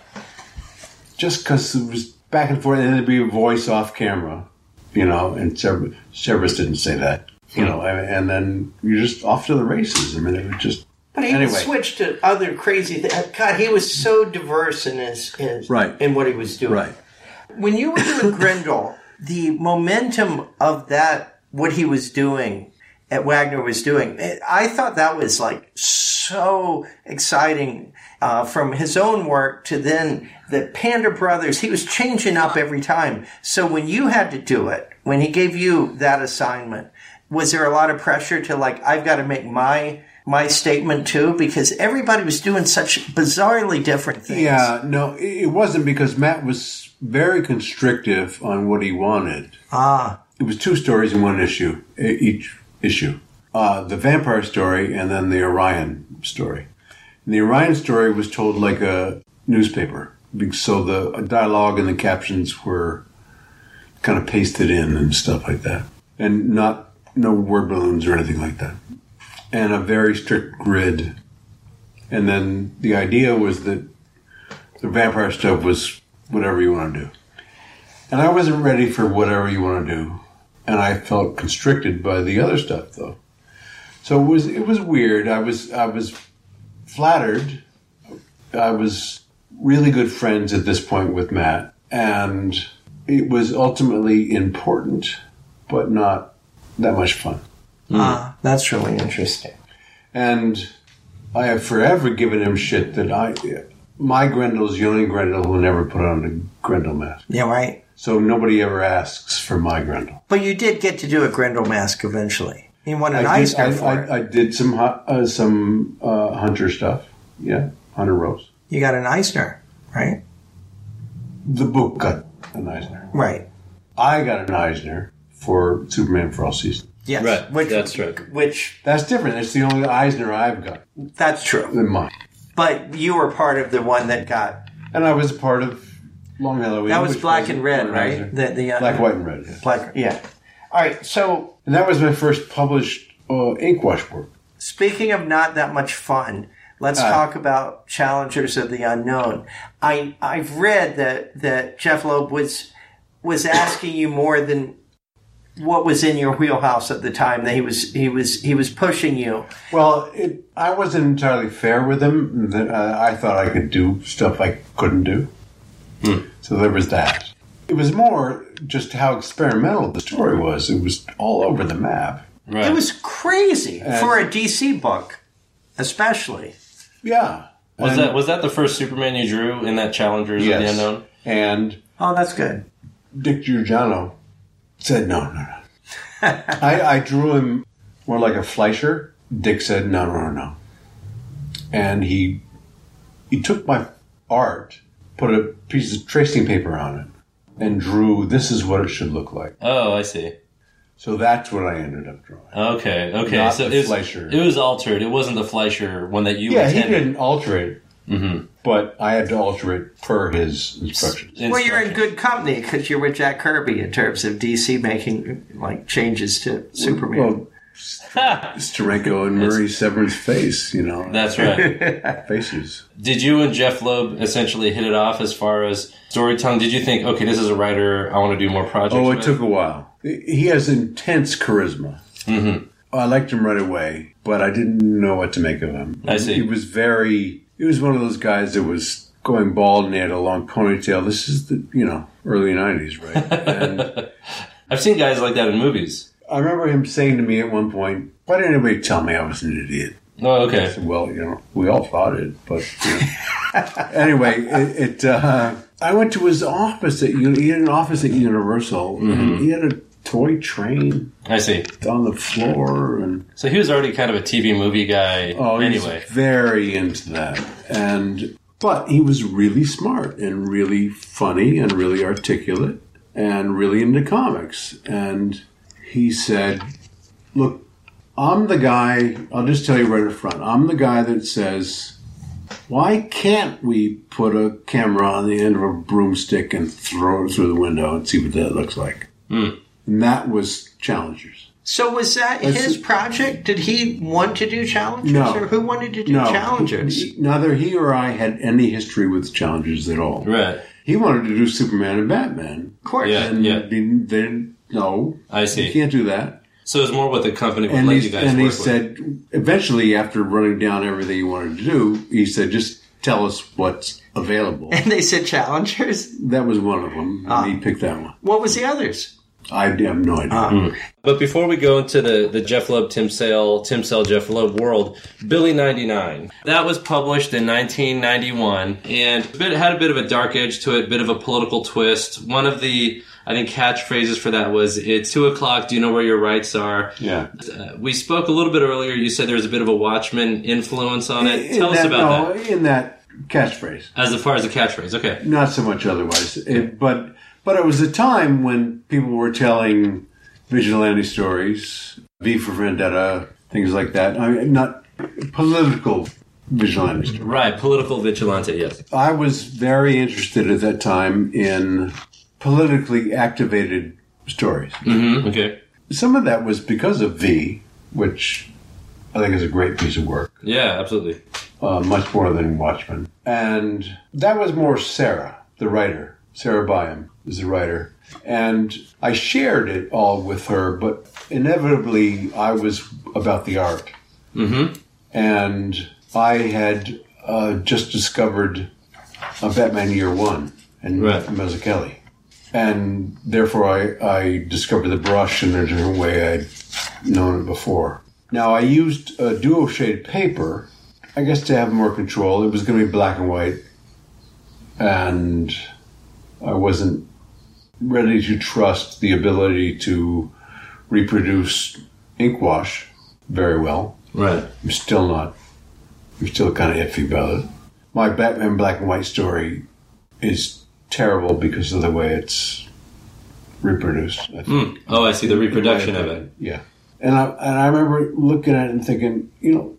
[SPEAKER 3] Just because it was back and forth, and there'd be a voice off camera, you know, and Cerber- Cerberus didn't say that, you know, and, and then you're just off to the races. I mean, it was just.
[SPEAKER 2] but he
[SPEAKER 3] anyway.
[SPEAKER 2] switched to other crazy things. God, he was so diverse in his, his
[SPEAKER 3] Right.
[SPEAKER 2] in what he was doing. When you were doing Grendel, the momentum of that, what he was doing, at Wagner was doing, it, I thought that was like so exciting uh, from his own work to then the Panda Brothers. He was changing up every time. So when you had to do it, when he gave you that assignment, was there a lot of pressure to like, I've got to make my my statement too because everybody was doing such bizarrely different things.
[SPEAKER 3] Yeah, no, it it wasn't because Matt was very constrictive on what he wanted.
[SPEAKER 4] Ah,
[SPEAKER 3] It was two stories in one issue, e- each issue. Uh, the vampire story and then the Orion story. And the Orion story was told like a newspaper, be- so the dialogue and the captions were kind of pasted in and stuff like that, and not no word balloons or anything like that, and a very strict grid. And then the idea was that the vampire stuff was whatever you want to do. And I wasn't ready for whatever you want to do. And I felt constricted by the other stuff though. So it was it was weird. I was I was flattered. I was really good friends at this point with Matt and it was ultimately important but not that much fun.
[SPEAKER 2] Uh,
[SPEAKER 4] ah, that's really interesting.
[SPEAKER 2] Interesting.
[SPEAKER 3] And I have forever given him shit that I my Grendel's the only Grendel who never put on a Grendel mask.
[SPEAKER 4] Yeah, right.
[SPEAKER 3] So nobody ever asks for my Grendel.
[SPEAKER 4] But you did get to do a Grendel mask eventually. You won an
[SPEAKER 3] I did,
[SPEAKER 4] Eisner
[SPEAKER 3] I,
[SPEAKER 4] for it.
[SPEAKER 3] I, I did some hu- uh, some uh, hunter stuff. Yeah, hunter rose.
[SPEAKER 4] you got an Eisner, right?
[SPEAKER 3] The book got an Eisner.
[SPEAKER 4] Right.
[SPEAKER 3] I got an Eisner for Superman for all seasons.
[SPEAKER 4] Yes.
[SPEAKER 1] Right.
[SPEAKER 4] Which,
[SPEAKER 1] That's right.
[SPEAKER 4] Which
[SPEAKER 3] That's different. That's the only Eisner I've got
[SPEAKER 4] that's true.
[SPEAKER 3] in mine.
[SPEAKER 4] But you were part of the one that got
[SPEAKER 3] And I was a part of Long Halloween.
[SPEAKER 4] that was
[SPEAKER 3] which
[SPEAKER 4] black and red,
[SPEAKER 3] an Eisner.
[SPEAKER 4] right? The the uh,
[SPEAKER 3] black, white, and red. yes.
[SPEAKER 4] black.
[SPEAKER 2] Yeah. All right. So
[SPEAKER 3] And that was my first published uh, ink wash work.
[SPEAKER 4] Speaking of not that much fun, let's talk about Challengers of the Unknown. I I've read that that Jeff Loeb was was asking you more than what was in your wheelhouse at the time that he was he was he was pushing you.
[SPEAKER 3] Well, it, I wasn't entirely fair with him. That uh, I thought I could do stuff I couldn't do.
[SPEAKER 1] Hmm.
[SPEAKER 3] So there was that. It was more just how experimental the story was. It was all over the map.
[SPEAKER 1] Right.
[SPEAKER 4] It was crazy for a DC book, especially.
[SPEAKER 3] Yeah.
[SPEAKER 1] was
[SPEAKER 3] And-
[SPEAKER 1] that was that the first Superman you drew in that Challengers of the
[SPEAKER 3] Yes.
[SPEAKER 1] Unknown?
[SPEAKER 3] And
[SPEAKER 4] Oh, that's good.
[SPEAKER 3] Dick Giugiano said, no, no, no. I, I drew him more like a Fleischer. Dick said, no, no, no, no. And he he took my art, put a piece of tracing paper on it, and drew this is what it should look like.
[SPEAKER 1] Oh, I see.
[SPEAKER 3] So that's what I ended up drawing.
[SPEAKER 1] Okay, okay.
[SPEAKER 3] Not
[SPEAKER 1] so
[SPEAKER 3] the
[SPEAKER 1] it was,
[SPEAKER 3] Fleischer.
[SPEAKER 1] it was altered. It wasn't the Fleischer one that you
[SPEAKER 3] Yeah, he
[SPEAKER 1] intended. Mm-hmm.
[SPEAKER 3] didn't alter it, but I had to alter it per his instructions.
[SPEAKER 4] Well, you're in good company because you're with Jack Kirby in terms of DC making like changes to Superman.
[SPEAKER 3] Well, Starenko and Murray Severn's face, you know.
[SPEAKER 1] That's right.
[SPEAKER 3] faces.
[SPEAKER 1] Did you and Jeff Loeb essentially hit it off as far as storytelling? Did you think, okay, this is a writer I want to do more projects?
[SPEAKER 3] Oh, it
[SPEAKER 1] with?
[SPEAKER 3] took a while. He has intense charisma. Mm-hmm. I liked him right away, but I didn't know what to make of him.
[SPEAKER 1] I see.
[SPEAKER 3] He was very. He was one of those guys that was going bald and he had a long ponytail. This is the you know early '90s, right? and
[SPEAKER 1] I've seen guys like that in movies.
[SPEAKER 3] I remember him saying to me at one point, "Why didn't anybody tell me I was an idiot?"
[SPEAKER 1] Oh, okay.
[SPEAKER 3] Well, you know, we all thought it, but you know. anyway, it. it uh, I went to his office at Uni- he had an office at Universal.
[SPEAKER 1] Mm-hmm.
[SPEAKER 3] And he had a toy train
[SPEAKER 1] I see.
[SPEAKER 3] on the floor, and
[SPEAKER 1] So he was already kind of a TV movie guy
[SPEAKER 3] oh, he's
[SPEAKER 1] anyway.
[SPEAKER 3] very into that. And but he was really smart and really funny and really articulate and really into comics. And he said, "Look, I'm the guy, I'll just tell you right up front. I'm the guy that says, why can't we put a camera on the end of a broomstick and throw it through the window and see what that looks like? And that was Challengers.
[SPEAKER 4] So was that his project? Did he want to do Challengers,
[SPEAKER 3] No.
[SPEAKER 4] or who wanted to do Challengers?
[SPEAKER 3] Neither he or I had any history with Challengers at all.
[SPEAKER 1] Right.
[SPEAKER 3] He wanted to do Superman and Batman.
[SPEAKER 4] Of course.
[SPEAKER 1] Yeah.
[SPEAKER 3] And they- they- no,
[SPEAKER 1] I
[SPEAKER 3] you
[SPEAKER 1] see.
[SPEAKER 3] can't do that.
[SPEAKER 1] So it's more what the company would
[SPEAKER 3] and
[SPEAKER 1] let you
[SPEAKER 3] he,
[SPEAKER 1] guys
[SPEAKER 3] and he
[SPEAKER 1] work with.
[SPEAKER 3] said eventually after running down everything he wanted to do he said just tell us what's available
[SPEAKER 4] And they said Challengers.
[SPEAKER 3] that was one of them
[SPEAKER 1] Ah.
[SPEAKER 3] and he picked that one
[SPEAKER 4] What was the others?
[SPEAKER 3] i have no idea
[SPEAKER 1] Ah.
[SPEAKER 3] Hmm.
[SPEAKER 1] But before we go into the, the Jeff Loeb, Tim Sale, Tim Sale, Jeff Loeb world, Billy 99. That was published in 1991 and a bit, had a bit of a dark edge to it, bit of a political twist. One of the, I think, catchphrases for that was, it's two o'clock, do you know where your rights are?
[SPEAKER 3] yeah
[SPEAKER 1] Uh, we spoke a little bit earlier. You said there was a bit of a Watchmen influence on it. Tell us about that.
[SPEAKER 3] Eh, no, in that catchphrase
[SPEAKER 1] As far as the catchphrase, okay.
[SPEAKER 3] not so much otherwise It- but but it was a time when people were telling vigilante stories v for vendetta things like that i mean not political vigilante stories
[SPEAKER 1] Right, political vigilante, yes.
[SPEAKER 3] I was very interested at that time in politically activated stories.
[SPEAKER 1] Mm-hmm. Okay.
[SPEAKER 3] Some of that was because of V, which I think is a great piece of work,
[SPEAKER 1] Yeah, absolutely.
[SPEAKER 3] uh, much more than Watchmen. And that was more Sarah, the writer. Sarah Byam is the writer. And I shared it all with her, but inevitably I was about the art.
[SPEAKER 1] Mm-hmm.
[SPEAKER 3] and I had uh, just discovered a Batman Year One and
[SPEAKER 1] Right.
[SPEAKER 3] Mazzucchelli, and therefore I, I discovered the brush in a different way I'd known it before. Now I used a dual shade paper, I guess to have more control. It was going to be black and white, and I wasn't ready to trust the ability to reproduce ink wash very well.
[SPEAKER 1] Right.
[SPEAKER 3] I'm still not. I'm still kind of iffy about it. My Batman black and white story is terrible because of the way it's reproduced. I think.
[SPEAKER 1] Mm. Oh, I see the reproduction of it.
[SPEAKER 3] Yeah, and I and I remember looking at it and thinking, you know,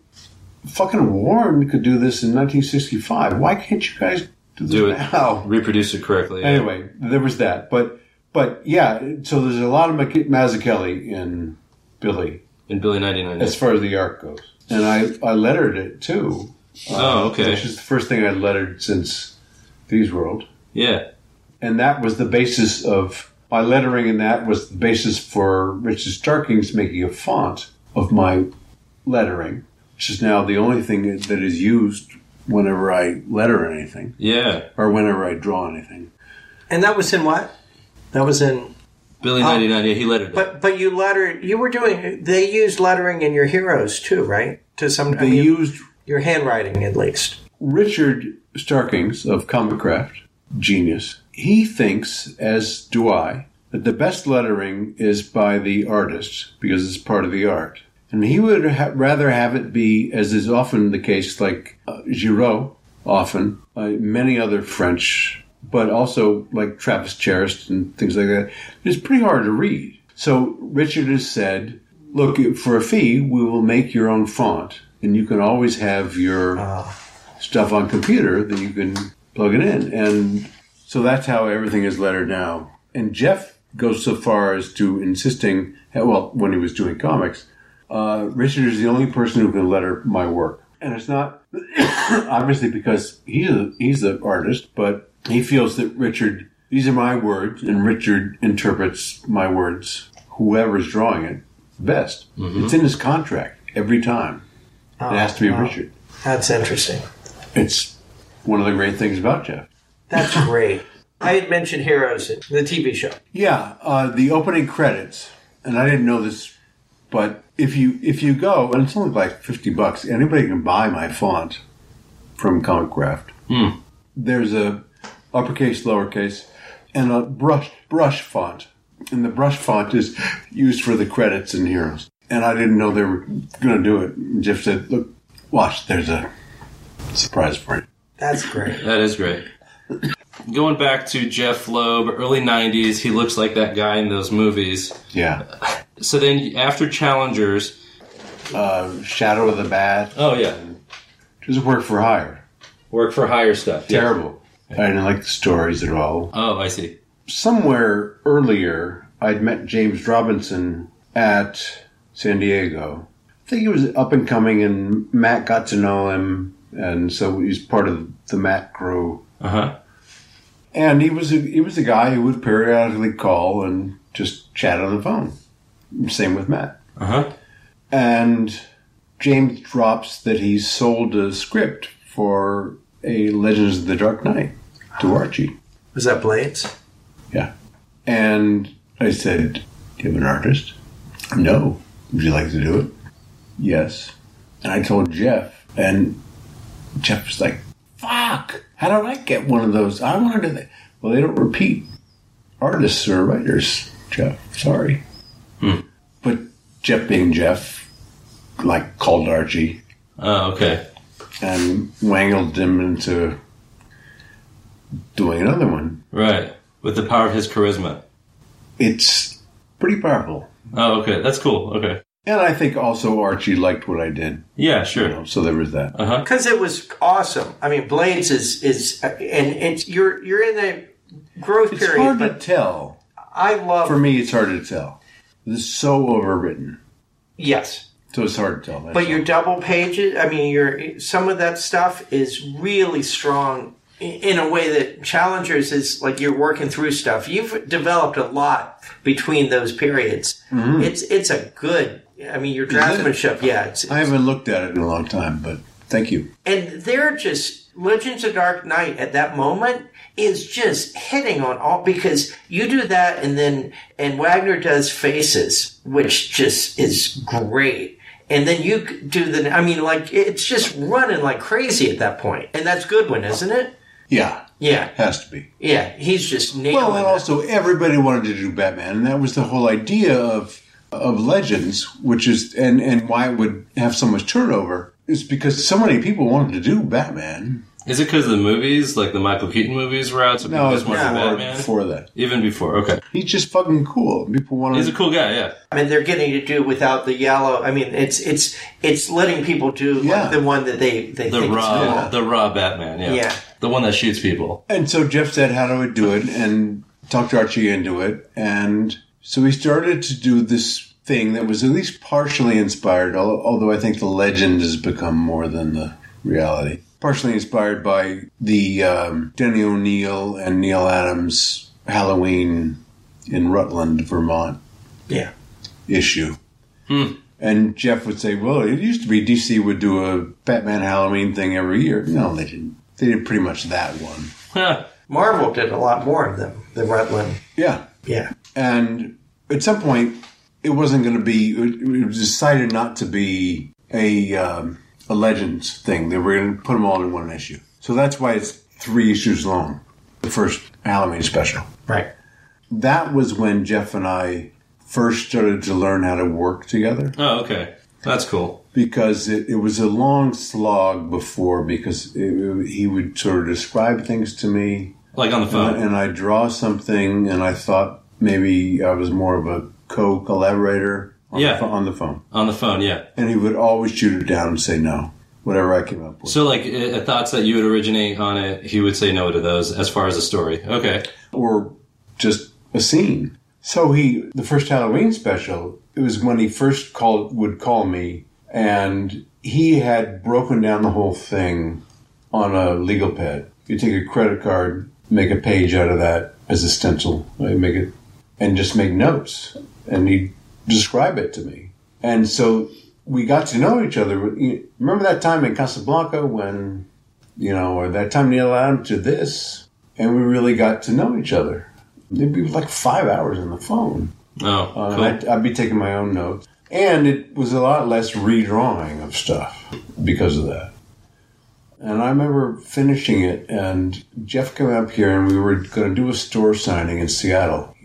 [SPEAKER 3] fucking Warren could do this in 1965. Why can't you guys do this
[SPEAKER 1] Do it.
[SPEAKER 3] now?
[SPEAKER 1] Reproduce it correctly.
[SPEAKER 3] Anyway, there was that, but but yeah. So there's a lot of Mac- Mazzucchelli in Billy
[SPEAKER 1] In Billy 99.
[SPEAKER 3] as far as the arc goes, and I I lettered it too. Uh,
[SPEAKER 1] oh, okay.
[SPEAKER 3] Which is the first thing I lettered since These World.
[SPEAKER 1] yeah.
[SPEAKER 3] And that was the basis of my lettering, and that was the basis for Richard Starkings making a font of my lettering, which is now the only thing that is used whenever I letter anything
[SPEAKER 1] Yeah.
[SPEAKER 3] or whenever I draw anything.
[SPEAKER 4] And that was in what? That was in.
[SPEAKER 1] Billy 99. Yeah, he lettered it.
[SPEAKER 4] But but you lettered. You were doing. They used lettering in your heroes too, right? To some. I
[SPEAKER 3] They
[SPEAKER 4] mean,
[SPEAKER 3] used
[SPEAKER 4] your handwriting at least.
[SPEAKER 3] Richard Starkings of Comic Craft, genius, he thinks, as do I, that the best lettering is by the artist because it's part of the art. And he would ha- rather have it be, as is often the case, like uh, Giraud, often, uh, many other French, but also like Travis Charest and things like that. It's pretty hard to read. So Richard has said, look, for a fee, we will make your own font, and you can always have your stuff on computer that you can plug it in. And so that's how everything is lettered now. And Jeff goes so far as to insisting, well, when he was doing comics, uh, Richard is the only person who can letter my work. And it's not obviously because he's a, he's the artist, but he feels that Richard, these are my words, and Richard interprets my words, whoever's drawing it, best. It's in his contract every time.
[SPEAKER 2] Ah,
[SPEAKER 3] it has to be Richard.
[SPEAKER 4] Ah,
[SPEAKER 2] That's interesting.
[SPEAKER 3] It's one of the great things about Jeff.
[SPEAKER 2] That's great. I had mentioned Heroes, the TV show.
[SPEAKER 3] Yeah, uh, the opening credits, and I didn't know this, but if you if you go, and it's only like fifty bucks, anybody can buy my font from Comic Craft. There's a uppercase, lowercase, and a brush brush font, and the brush font is used for the credits in Heroes. And I didn't know they were going to do it. And Jeff said, "Look, watch. There's a surprise for you."
[SPEAKER 2] That's great.
[SPEAKER 1] That is great. Going back to Jeff Loeb, early 90s, he looks like that guy in those movies.
[SPEAKER 3] Yeah,
[SPEAKER 1] So then after Challengers,
[SPEAKER 3] uh, Shadow of the Bat.
[SPEAKER 1] oh yeah,
[SPEAKER 3] Just work for hire.
[SPEAKER 1] work for higher stuff. Yeah.
[SPEAKER 3] Terrible. I didn't like the stories at all.
[SPEAKER 1] Oh, I see.
[SPEAKER 3] somewhere earlier, I'd met James Robinson at San Diego. I think he was up and coming, and Matt got to know him, and so he's part of the Matt crew.
[SPEAKER 1] Uh huh.
[SPEAKER 3] And he was a, he was a guy who would periodically call and just chat on the phone. Same with Matt.
[SPEAKER 1] Uh huh.
[SPEAKER 3] And James drops that he sold a script for a Legends of the Dark Knight to Archie.
[SPEAKER 2] Was that Blades?
[SPEAKER 3] And I said, Do you have an artist? No. Would you like to do it? Yes. And I told Jeff, and Jeff was like, Fuck! How do I get one of those? I want to do that. Well, they don't repeat artists or writers, Jeff. Sorry. But Jeff being Jeff, like, called Archie
[SPEAKER 1] Oh, okay.
[SPEAKER 3] and wangled him into doing another one.
[SPEAKER 1] Right. With the power of his charisma.
[SPEAKER 3] It's pretty powerful.
[SPEAKER 1] Oh, okay. That's cool. Okay.
[SPEAKER 3] And I think also Archie liked what I did,
[SPEAKER 1] Yeah,
[SPEAKER 3] you
[SPEAKER 1] sure.
[SPEAKER 3] know, so there was that.
[SPEAKER 2] Because it was awesome. I mean, Blades is is and it's you're you're in the growth
[SPEAKER 3] It's
[SPEAKER 2] period,
[SPEAKER 3] hard to
[SPEAKER 2] but
[SPEAKER 3] tell.
[SPEAKER 2] I love
[SPEAKER 3] For me, it's hard to tell. It's so overwritten,
[SPEAKER 2] yes.
[SPEAKER 3] so it's hard to tell. that's
[SPEAKER 2] But
[SPEAKER 3] all.
[SPEAKER 2] your double pages, I mean, your some of that stuff is really strong i- in a way that Challengers is like you're working through stuff. You've developed a lot between those periods.
[SPEAKER 3] Mm-hmm.
[SPEAKER 2] It's it's a good. I mean, your draftsmanship, yeah. It's,
[SPEAKER 3] I haven't looked at it in a long time, but thank you.
[SPEAKER 2] and they're just Legends of Dark Knight at that moment is just hitting on all because you do that and then and Wagner does Faces, which just is great. And then you do the, I mean, like, it's just running like crazy at that point. And that's Goodwin, isn't it?
[SPEAKER 3] Yeah,
[SPEAKER 2] Yeah.
[SPEAKER 3] has to be.
[SPEAKER 2] Yeah. He's just nailing
[SPEAKER 3] Well, and
[SPEAKER 2] it.
[SPEAKER 3] also everybody wanted to do Batman, and that was the whole idea of of Legends, which is and and why it would have so much turnover is because so many people wanted to do Batman.
[SPEAKER 1] Is it because the movies, like the Michael Keaton movies, were out? So people
[SPEAKER 3] No, it's
[SPEAKER 1] just wanted
[SPEAKER 3] before,
[SPEAKER 1] Batman?
[SPEAKER 3] before that.
[SPEAKER 1] Even before. Okay.
[SPEAKER 3] He's just fucking cool. People wanted
[SPEAKER 1] He's a cool guy. Yeah.
[SPEAKER 2] I mean, they're getting to do without the yellow. I mean, it's, it's, it's letting people do
[SPEAKER 3] Yeah.
[SPEAKER 2] like the one that they, they
[SPEAKER 1] The
[SPEAKER 2] think is
[SPEAKER 1] raw,
[SPEAKER 2] cool.
[SPEAKER 1] the raw Batman. Yeah.
[SPEAKER 2] Yeah.
[SPEAKER 1] The one that shoots people.
[SPEAKER 3] And so Jeff said, How do I do it? And talked Archie into it. And so we started to do this thing that was at least partially inspired, al- although I think the legend has become more than the reality. Partially inspired by the um, Denny O'Neill and Neil Adams Halloween in Rutland, Vermont
[SPEAKER 2] Yeah.
[SPEAKER 3] issue. And Jeff would say, "Well, it used to be DC would do a Batman Halloween thing every year. No, they didn't. They did pretty much that one.
[SPEAKER 1] Huh.
[SPEAKER 2] Marvel did a lot more of them than Rutland.
[SPEAKER 3] Yeah,
[SPEAKER 2] Yeah.
[SPEAKER 3] And at some point, it wasn't going to be. It was decided not to be a um, a Legends thing. They were going to put them all in one issue. So that's why it's three issues long. The first Halloween special.
[SPEAKER 2] Right.
[SPEAKER 3] That was when Jeff and I first started to learn how to work together
[SPEAKER 1] Oh, okay. That's cool.
[SPEAKER 3] because it, it was a long slog before because it, he would sort of describe things to me
[SPEAKER 1] Like on the
[SPEAKER 3] and, I-
[SPEAKER 1] phone.
[SPEAKER 3] and I draw something, and I thought maybe I was more of a co collaborator on,
[SPEAKER 1] Yeah.
[SPEAKER 3] the, pho- on the phone.
[SPEAKER 1] On the phone. Yeah.
[SPEAKER 3] And he would always shoot it down and say no, whatever I came up with.
[SPEAKER 1] So, like, uh, thoughts that you would originate on it, he would say no to those as far as the story. Okay.
[SPEAKER 3] or just a scene. So he, the first Halloween special, it was when he first called would call me, and he had broken down the whole thing on a legal pad. You take a credit card, make a page out of that as a stencil, like, make it, and just make notes, and he'd describe it to me. And so we got to know each other. You- Remember that time in Casablanca when, you know, or that time Neil Adam to this, and we really got to know each other. Maybe like five hours on the phone.
[SPEAKER 1] Oh,
[SPEAKER 3] Uh,
[SPEAKER 1] cool.
[SPEAKER 3] I'd, I'd be taking my own notes. And it was a lot less redrawing of stuff because of that. And I remember finishing it, and Jeff came up here, and we were going to do a store signing in Seattle.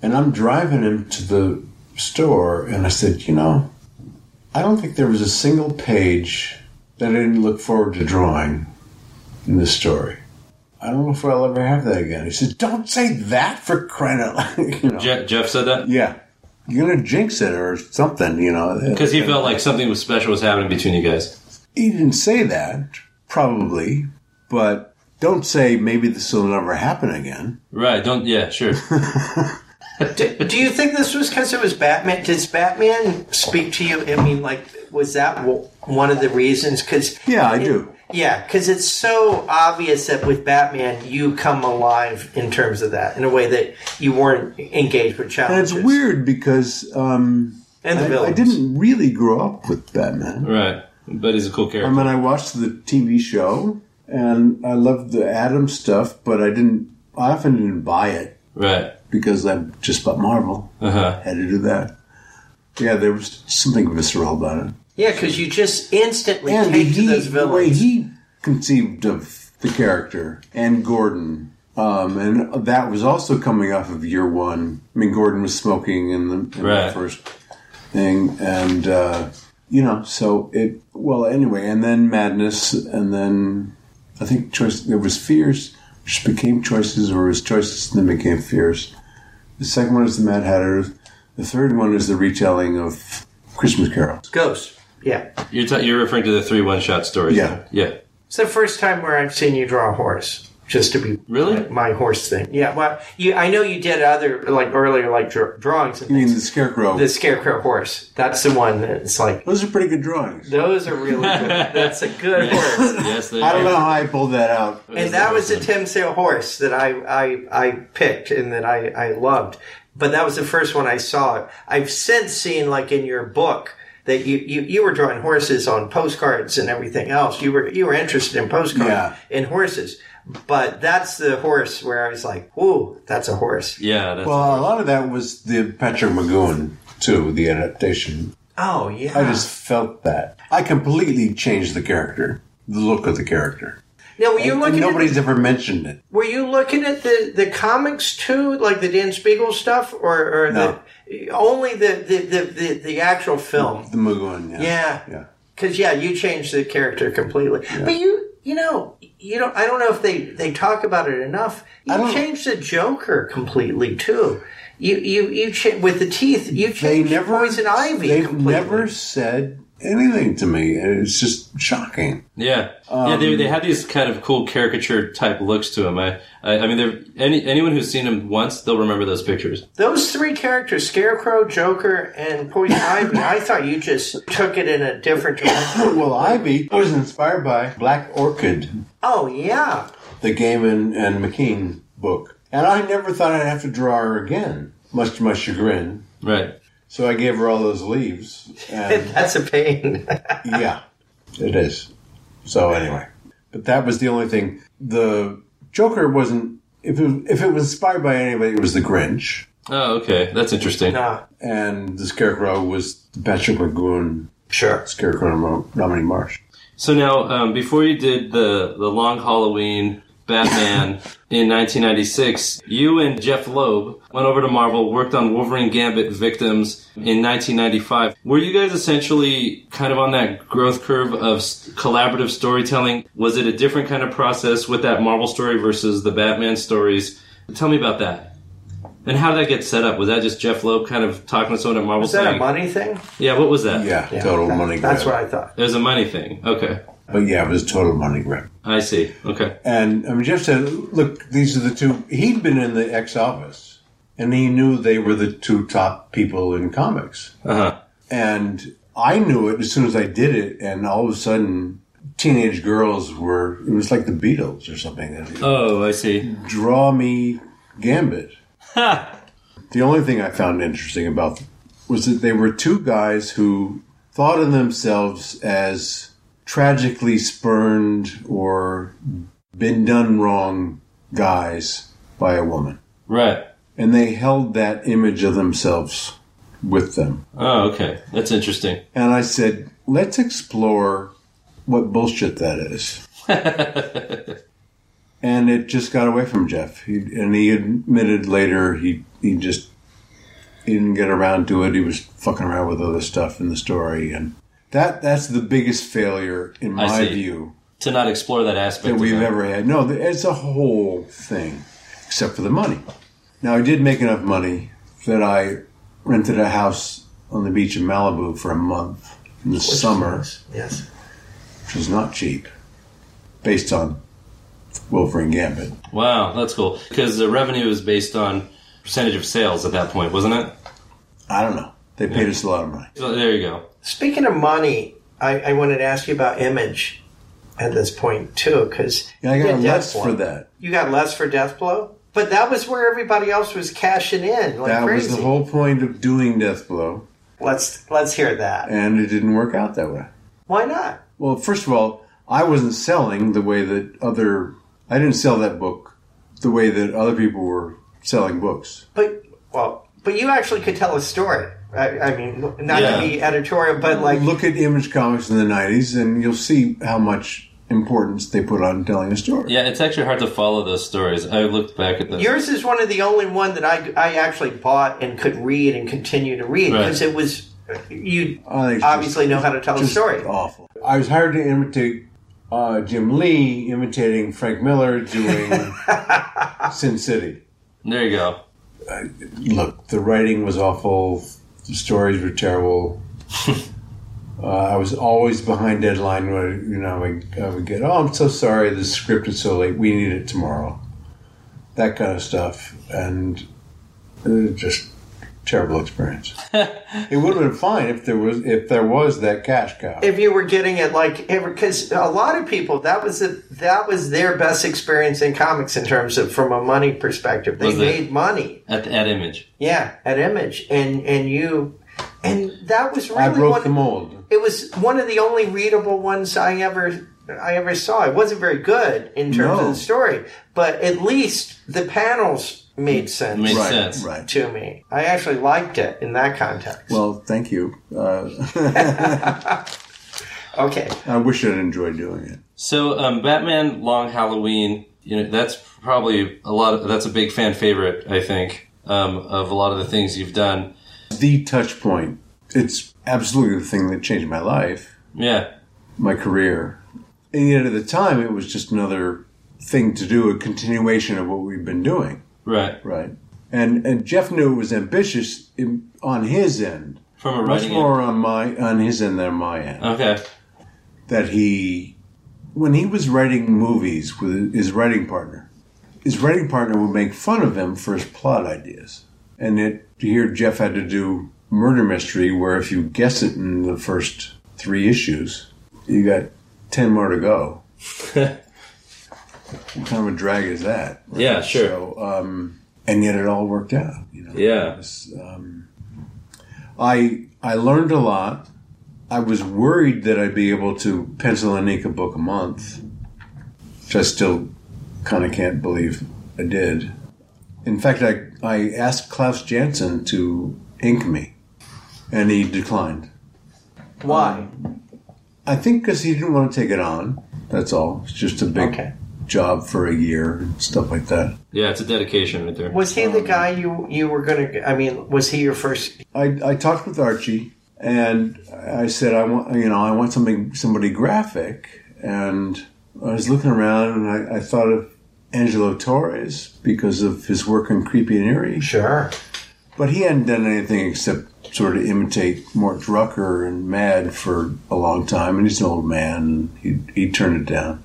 [SPEAKER 3] And I'm driving him to the store, and I said, You know, I don't think there was a single page that I didn't look forward to drawing in this story. I don't know if I'll ever have that again. He said, Don't say that for crying out loud. you know.
[SPEAKER 1] Je- Jeff said that
[SPEAKER 3] Yeah. You're going to jinx it or something, you know.
[SPEAKER 1] because he felt like something was special was happening between you guys.
[SPEAKER 3] He didn't say that, probably, but don't say maybe this will never happen again.
[SPEAKER 1] Right? Don't. Yeah, sure.
[SPEAKER 2] Do, do you think this was because it was Batman? Does Batman speak to you? I mean, like, was that w- one of the reasons? Because
[SPEAKER 3] Yeah, I do.
[SPEAKER 2] Yeah, because it's so obvious that with Batman, you come alive in terms of that in a way that you weren't engaged with
[SPEAKER 3] And it's
[SPEAKER 2] challenges.
[SPEAKER 3] weird because um,
[SPEAKER 2] And the
[SPEAKER 3] I, I
[SPEAKER 2] villains.
[SPEAKER 3] didn't really grow up with Batman.
[SPEAKER 1] right. But he's a cool
[SPEAKER 3] I
[SPEAKER 1] character.
[SPEAKER 3] mean, I watched the TV show and I loved the Adam stuff, but I didn't, I often didn't buy it
[SPEAKER 1] Right.
[SPEAKER 3] because I just bought Marvel.
[SPEAKER 1] Uh huh.
[SPEAKER 3] had to do that. Yeah, there was something visceral about it.
[SPEAKER 2] Yeah, because you just instantly
[SPEAKER 3] and
[SPEAKER 2] take
[SPEAKER 3] he,
[SPEAKER 2] to those
[SPEAKER 3] the way
[SPEAKER 2] villains.
[SPEAKER 3] he conceived of the character and Gordon, um, and that was also coming off of year one. I mean, Gordon was smoking in the, in
[SPEAKER 1] Right.
[SPEAKER 3] the first thing, and uh, you know, so it. Well, anyway, and then madness, and then I think choice. There was fears, which became choices, or was choices, and then became fears. The second one is the Mad Hatter. The third one is the retelling of Christmas Carol.
[SPEAKER 2] Ghost. Yeah.
[SPEAKER 1] You're ta- you're referring to the three one shot stories.
[SPEAKER 3] Yeah.
[SPEAKER 1] Yeah.
[SPEAKER 2] It's the first time where I've seen you draw a horse, just to be
[SPEAKER 1] Really?
[SPEAKER 2] my, my horse thing. Yeah, well, you, I know you did other, like, earlier, like, dr- drawings and
[SPEAKER 3] I mean,
[SPEAKER 2] things.
[SPEAKER 3] the Scarecrow.
[SPEAKER 2] The scarecrow horse. That's the one that's like,
[SPEAKER 3] Those are pretty good drawings.
[SPEAKER 2] those are really good. That's a good horse.
[SPEAKER 1] yes. They
[SPEAKER 3] I don't know how I pulled that out.
[SPEAKER 2] and that was a Tim Sale horse that I, I I picked and that I I loved. But that was the first one I saw. I've since seen like in your book that you, you, you were drawing horses on postcards and everything else. You were you were interested in postcards
[SPEAKER 3] Yeah.
[SPEAKER 2] and horses. But that's the horse where I was like, "Whoa, that's a horse!"
[SPEAKER 1] Yeah. That's,
[SPEAKER 3] Well, a lot of that was the Patrick Magoon, too, the adaptation.
[SPEAKER 2] Oh yeah,
[SPEAKER 3] I just felt that. I completely changed the character, the look of the character.
[SPEAKER 2] now were you
[SPEAKER 3] And
[SPEAKER 2] looking? At,
[SPEAKER 3] nobody's ever mentioned it.
[SPEAKER 2] were you looking at the, the comics too, like the Dan Spiegel stuff, or, or
[SPEAKER 3] No.
[SPEAKER 2] the, only the the, the, the the actual film?
[SPEAKER 3] The Magoon, yeah.
[SPEAKER 2] Yeah.
[SPEAKER 3] Yeah.
[SPEAKER 2] Because yeah, you changed the character completely. But you, you know, you don't. I don't know if they they talk about it enough. You
[SPEAKER 3] don't-
[SPEAKER 2] changed the Joker completely too. You you you cha- with the teeth. You
[SPEAKER 3] They
[SPEAKER 2] changed
[SPEAKER 3] never,
[SPEAKER 2] Poison Ivy
[SPEAKER 3] they've
[SPEAKER 2] completely.
[SPEAKER 3] never said anything to me. It's just shocking.
[SPEAKER 1] Yeah, yeah. They, they have these kind of cool caricature type looks to them. I, I, I mean, they're, any anyone who's seen them once, they'll remember those pictures.
[SPEAKER 2] Those three characters: Scarecrow, Joker, and Poison Ivy. I thought you just took it in a different direction.
[SPEAKER 3] Well, Ivy was inspired by Black Orchid,
[SPEAKER 2] oh yeah,
[SPEAKER 3] the Gaiman and McKean book. And I never thought I'd have to draw her again, much to my chagrin.
[SPEAKER 1] Right.
[SPEAKER 3] So I gave her all those leaves. And
[SPEAKER 2] that's a pain.
[SPEAKER 3] yeah, it is. So anyway, but that was the only thing. The Joker wasn't. If it, if it was inspired by anybody, it was the Grinch,
[SPEAKER 1] Oh, okay. That's interesting.
[SPEAKER 2] no,
[SPEAKER 3] and the Scarecrow was the Patrick Magoon
[SPEAKER 2] sure.
[SPEAKER 3] Scarecrow Rom- Romney Marsh.
[SPEAKER 1] So now, um, before you did the the long Halloween Batman in 1996, you and Jeff Loeb went over to Marvel, worked on Wolverine Gambit victims in 1995. Were you guys essentially kind of on that growth curve of s- collaborative storytelling? Was it a different kind of process with that Marvel story versus the Batman stories? Tell me about that. And how did that get set up? Was that just Jeff Loeb kind of talking to someone at Marvel
[SPEAKER 2] Is that a
[SPEAKER 1] saying,
[SPEAKER 2] money thing?
[SPEAKER 1] "Yeah, what was that?"
[SPEAKER 3] Yeah, total
[SPEAKER 2] that-
[SPEAKER 3] money grab.
[SPEAKER 2] That's what I thought.
[SPEAKER 1] It was a money thing. Okay.
[SPEAKER 3] But yeah, it was a total money grab.
[SPEAKER 1] I see. Okay.
[SPEAKER 3] And I mean, Jeff said, "Look, these are the two. He'd been in the ex office, and he knew they were the two top people in comics.
[SPEAKER 1] Uh-huh.
[SPEAKER 3] And I knew it as soon as I did it, and all of a sudden, teenage girls were, it was like the Beatles or something.
[SPEAKER 1] Oh, I see.
[SPEAKER 3] Draw me Gambit. the only thing I found interesting about them was that they were two guys who thought of themselves as tragically spurned or been done wrong guys by a woman.
[SPEAKER 1] Right.
[SPEAKER 3] And they held that image of themselves with them.
[SPEAKER 1] Oh, okay. That's interesting.
[SPEAKER 3] And I said, let's explore what bullshit that is. and it just got away from Jeff. He, and he admitted later he, he just he didn't get around to it. He was fucking around with other stuff in the story. And that that's the biggest failure, in
[SPEAKER 1] I
[SPEAKER 3] my
[SPEAKER 1] see.
[SPEAKER 3] view,
[SPEAKER 1] To not explore that aspect
[SPEAKER 3] that
[SPEAKER 1] of
[SPEAKER 3] we've
[SPEAKER 1] it.
[SPEAKER 3] ever had. No, th- it's a whole thing, except for the money. Now, I did make enough money that I rented a house on the beach in Malibu for a month in the summer
[SPEAKER 4] Yes.
[SPEAKER 3] which was not cheap, based on Wolverine Gambit.
[SPEAKER 1] Wow, that's cool. Because the revenue is based on percentage of sales at that point, wasn't it?
[SPEAKER 3] I don't know. They paid us a lot of money.
[SPEAKER 1] So there you go.
[SPEAKER 2] Speaking of money, I, I wanted to ask you about image at this point too, because
[SPEAKER 3] Yeah, I got less for that.
[SPEAKER 2] You got less for Death Blow, but that was where everybody else was cashing in like
[SPEAKER 3] That
[SPEAKER 2] crazy.
[SPEAKER 3] was the whole point of doing Death Blow,
[SPEAKER 2] let's let's hear that.
[SPEAKER 3] and it didn't work out that way.
[SPEAKER 2] Why not?
[SPEAKER 3] Well, first of all, I wasn't selling the way that other. I didn't sell that book the way that other people were selling books.
[SPEAKER 2] But well, but you actually could tell a story. I, I mean, not
[SPEAKER 1] Yeah.
[SPEAKER 2] to be editorial, but like
[SPEAKER 3] Look at Image Comics in the 90s, and you'll see how much importance they put on telling a story.
[SPEAKER 1] Yeah, it's actually hard to follow those stories. I looked back at those.
[SPEAKER 2] Yours is one of the only one that I, I actually bought and could read and continue to read
[SPEAKER 1] Right.
[SPEAKER 2] because it was you
[SPEAKER 3] I think it's
[SPEAKER 2] obviously know how to tell a
[SPEAKER 3] just
[SPEAKER 2] story.
[SPEAKER 3] Awful. I was hired to imitate uh, Jim Lee, imitating Frank Miller doing Sin City.
[SPEAKER 1] there you go.
[SPEAKER 3] Look, the writing was awful. The stories were terrible. uh, I was always behind deadline. When you know, I would, I would get, "Oh, I'm so sorry. The script is so late. We need it tomorrow." That kind of stuff, and it was just terrible experience. it would have been fine if there was if there was that cash cow.
[SPEAKER 2] If you were getting it like because a lot of people that was the that was their best experience in comics in terms of from a money perspective. They
[SPEAKER 1] Was it?
[SPEAKER 2] made money,
[SPEAKER 1] At the at image.
[SPEAKER 2] yeah, at Image and and you and that was really
[SPEAKER 3] I broke
[SPEAKER 2] one,
[SPEAKER 3] the mold.
[SPEAKER 2] It was one of the only readable ones I ever I ever saw. It wasn't very good in terms
[SPEAKER 3] No.
[SPEAKER 2] of the story, but at least the panels made sense
[SPEAKER 1] Made sense.
[SPEAKER 3] Right.
[SPEAKER 2] to me. I actually liked it in that context.
[SPEAKER 3] Well, thank you. Uh,
[SPEAKER 2] okay,
[SPEAKER 3] I wish I'd enjoyed doing it.
[SPEAKER 1] So um, Batman Long Halloween, you know, that's probably a lot of, that's a big fan favorite, I think, um, of a lot of the things you've done.
[SPEAKER 3] The touch point. It's absolutely the thing that changed my life,
[SPEAKER 1] Yeah.
[SPEAKER 3] my career. And yet at the time, it was just another thing to do, a continuation of what we've been doing.
[SPEAKER 1] Right.
[SPEAKER 3] Right. And, and Jeff knew it was ambitious in, on his end,
[SPEAKER 1] From a
[SPEAKER 3] much
[SPEAKER 1] writing
[SPEAKER 3] more on my on his end than my end.
[SPEAKER 1] Okay.
[SPEAKER 3] that he, when he was writing movies with his writing partner, his writing partner would make fun of him for his plot ideas. And it, here Jeff had to do murder mystery, where if you guess it in the first three issues, you got ten more to go. what kind of a drag is that?
[SPEAKER 1] Yeah, sure.
[SPEAKER 3] So, um, and yet it all worked out. You know.
[SPEAKER 1] Yeah.
[SPEAKER 3] It was, um, I I learned a lot. I was worried that I'd be able to pencil and ink a book a month, which I still kind of can't believe I did. In fact, I I asked Klaus Janson to ink me, and he declined.
[SPEAKER 2] why?
[SPEAKER 3] um, I think because he didn't want to take it on. That's all. It's just a big
[SPEAKER 2] Okay.
[SPEAKER 3] job for a year and stuff like that.
[SPEAKER 1] Yeah, it's a dedication right there.
[SPEAKER 2] Was he
[SPEAKER 3] um,
[SPEAKER 2] the guy you you were gonna? I mean, was he your first?
[SPEAKER 3] I, I talked with Archie and I said I want you know I want something somebody graphic and I was looking around and I, I thought of Angelo Torres because of his work on Creepy and Eerie,
[SPEAKER 2] Sure.
[SPEAKER 3] but he hadn't done anything except sort of imitate Mort Drucker and Mad for a long time, and he's an old man. And he he turned it down.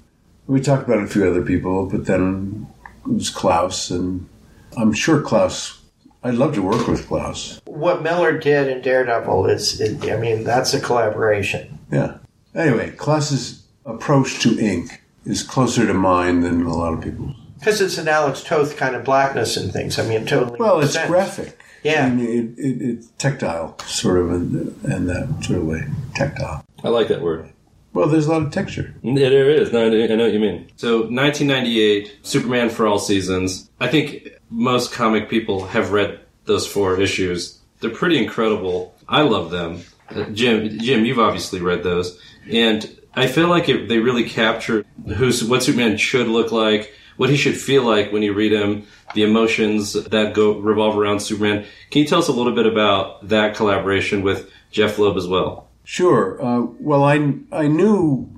[SPEAKER 3] We talked about a few other people, but then it was Klaus, and I'm sure Klaus I'd love to work with Klaus.
[SPEAKER 2] What Miller did in Daredevil is, is I mean, that's a collaboration.
[SPEAKER 3] Yeah. Anyway, Klaus's approach to ink is closer to mine than a lot of people's.
[SPEAKER 2] Because it's an Alex Toth kind of blackness and things. I mean, it totally.
[SPEAKER 3] Well,
[SPEAKER 2] makes
[SPEAKER 3] it's
[SPEAKER 2] sense.
[SPEAKER 3] graphic.
[SPEAKER 2] Yeah.
[SPEAKER 3] I mean, it, it, it's tactile, sort of, in, in that sort of way. Tactile.
[SPEAKER 1] I like that word.
[SPEAKER 3] Well, there's a lot of texture.
[SPEAKER 1] Yeah, there is. No, I I know what you mean. So, 1998, Superman for All Seasons. I think most comic people have read those four issues. They're pretty incredible. I love them. Uh, Jim, Jim, you've obviously read those, and I feel like it, they really capture who's what Superman should look like, what he should feel like when you read him, the emotions that go revolve around Superman. Can you tell us a little bit about that collaboration with Jeff Loeb as well?
[SPEAKER 3] Sure. Uh, well, I, I knew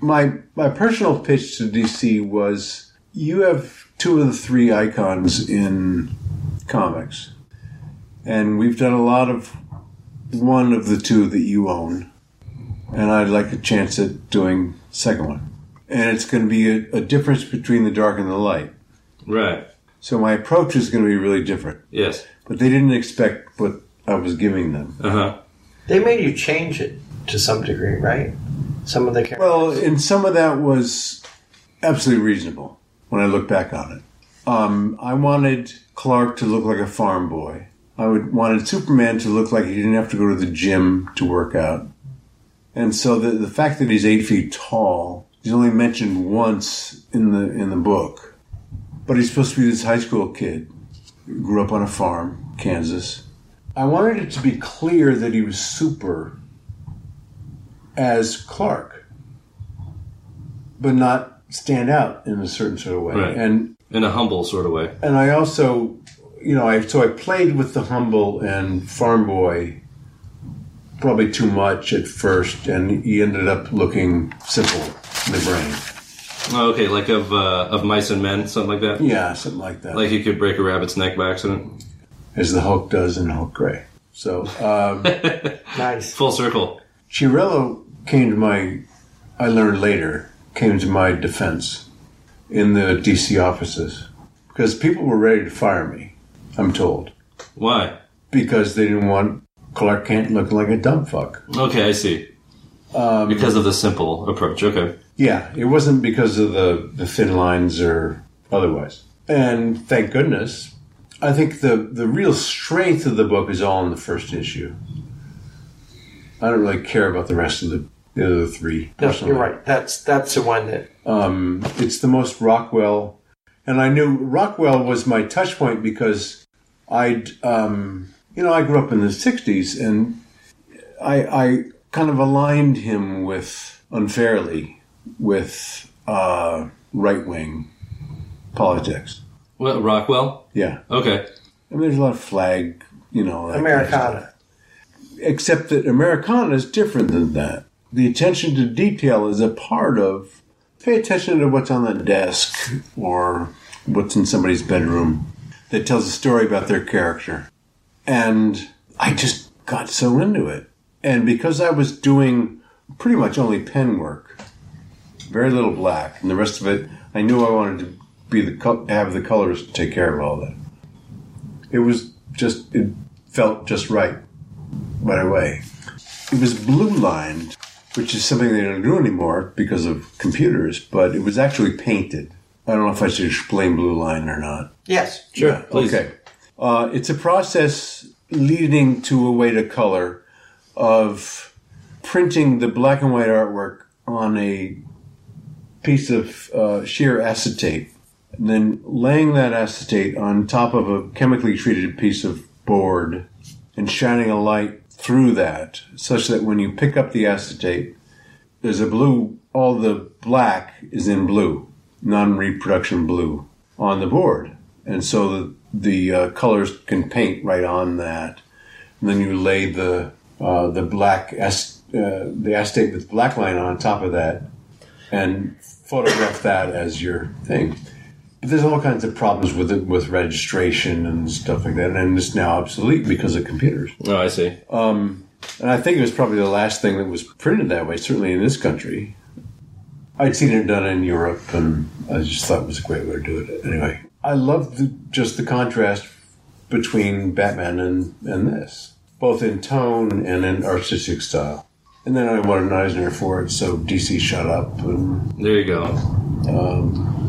[SPEAKER 3] my, my personal pitch to DC was you have two of the three icons in comics, and we've done a lot of one of the two that you own, and I'd like a chance at doing second one. And it's going to be a, a difference between the dark and the light.
[SPEAKER 1] Right.
[SPEAKER 3] So my approach is going to be really different.
[SPEAKER 1] Yes.
[SPEAKER 3] But they didn't expect what I was giving them.
[SPEAKER 1] Uh huh.
[SPEAKER 2] They made you change it to some degree, right? Some of the characters.
[SPEAKER 3] Well, and some of that was absolutely reasonable when I look back on it. Um, I wanted Clark to look like a farm boy. I would wanted Superman to look like he didn't have to go to the gym to work out. And so the the fact that he's eight feet tall, he's only mentioned once in the in the book. But he's supposed to be this high school kid. who Grew up on a farm, Kansas. I wanted it to be clear that he was super as Clark, but not stand out in a certain sort of way.
[SPEAKER 1] Right.
[SPEAKER 3] And
[SPEAKER 1] In a humble sort of way.
[SPEAKER 3] and I also, you know, I so I played with the humble and farm boy probably too much at first, and he ended up looking simple in the brain.
[SPEAKER 1] Oh, okay, like of uh, of mice and men, something like that.
[SPEAKER 3] Yeah, something like that,
[SPEAKER 1] Like you could break a rabbit's neck by accident.
[SPEAKER 3] as the Hulk does in Hulk Gray. So um,
[SPEAKER 2] nice.
[SPEAKER 1] Full circle.
[SPEAKER 3] Chirello came to my, I learned later, came to my defense in the DC offices because people were ready to fire me, I'm told,
[SPEAKER 1] Why?
[SPEAKER 3] because they didn't want Clark Kent looking like a dumb fuck.
[SPEAKER 1] Okay, I see. because of the simple approach. Okay.
[SPEAKER 3] Yeah, it wasn't because of the, the thin lines or otherwise. And thank goodness. I think the, the real strength of the book is all in the first issue. I don't really care about the rest of the, the other three.
[SPEAKER 2] No,
[SPEAKER 3] personally.
[SPEAKER 2] you're right. That's that's the one that
[SPEAKER 3] Um, it's the most Rockwell, and I knew Rockwell was my touch point because I'd, um, you know, I grew up in the '60s, and I, I kind of aligned him with unfairly with uh, right wing politics.
[SPEAKER 1] Well, Rockwell.
[SPEAKER 3] Yeah,
[SPEAKER 1] Okay.
[SPEAKER 3] I mean, there's a lot of flag, you know, that kind of stuff.
[SPEAKER 2] Americana.
[SPEAKER 3] except that Americana is different than that. The attention to detail is a part of pay attention to what's on the desk or what's in somebody's bedroom that tells a story about their character. And I just got so into it. And because I was doing pretty much only pen work, very little black, and the rest of it, I knew I wanted to be the co- have the colors take care of all that. It was just it felt just right right away. It was blue lined, which is something they don't do anymore because of computers, but it was actually painted. I don't know if I should explain blue line or not.
[SPEAKER 2] Yes.
[SPEAKER 1] Sure. Please.
[SPEAKER 3] Okay. Uh, it's a process leading to a way to color of printing the black and white artwork on a piece of uh, sheer acetate and then laying that acetate on top of a chemically treated piece of board and shining a light through that such that when you pick up the acetate there's a blue all the black is in blue non-reproduction blue on the board and so the, the uh, colors can paint right on that and then you lay the uh, the black as, uh, the acetate with black line on top of that and photograph that as your thing but there's all kinds of problems with it with registration and stuff like that and it's now obsolete because of computers
[SPEAKER 1] Oh, I see.
[SPEAKER 3] and I think it was probably the last thing that was printed that way, certainly in this country. I'd seen it done in Europe, and I just thought it was a great way to do it. Anyway, I loved the, just the contrast between Batman and, and this, both in tone and in artistic style. And then I won an Eisner for it, so DC shut up. And,
[SPEAKER 1] There you go.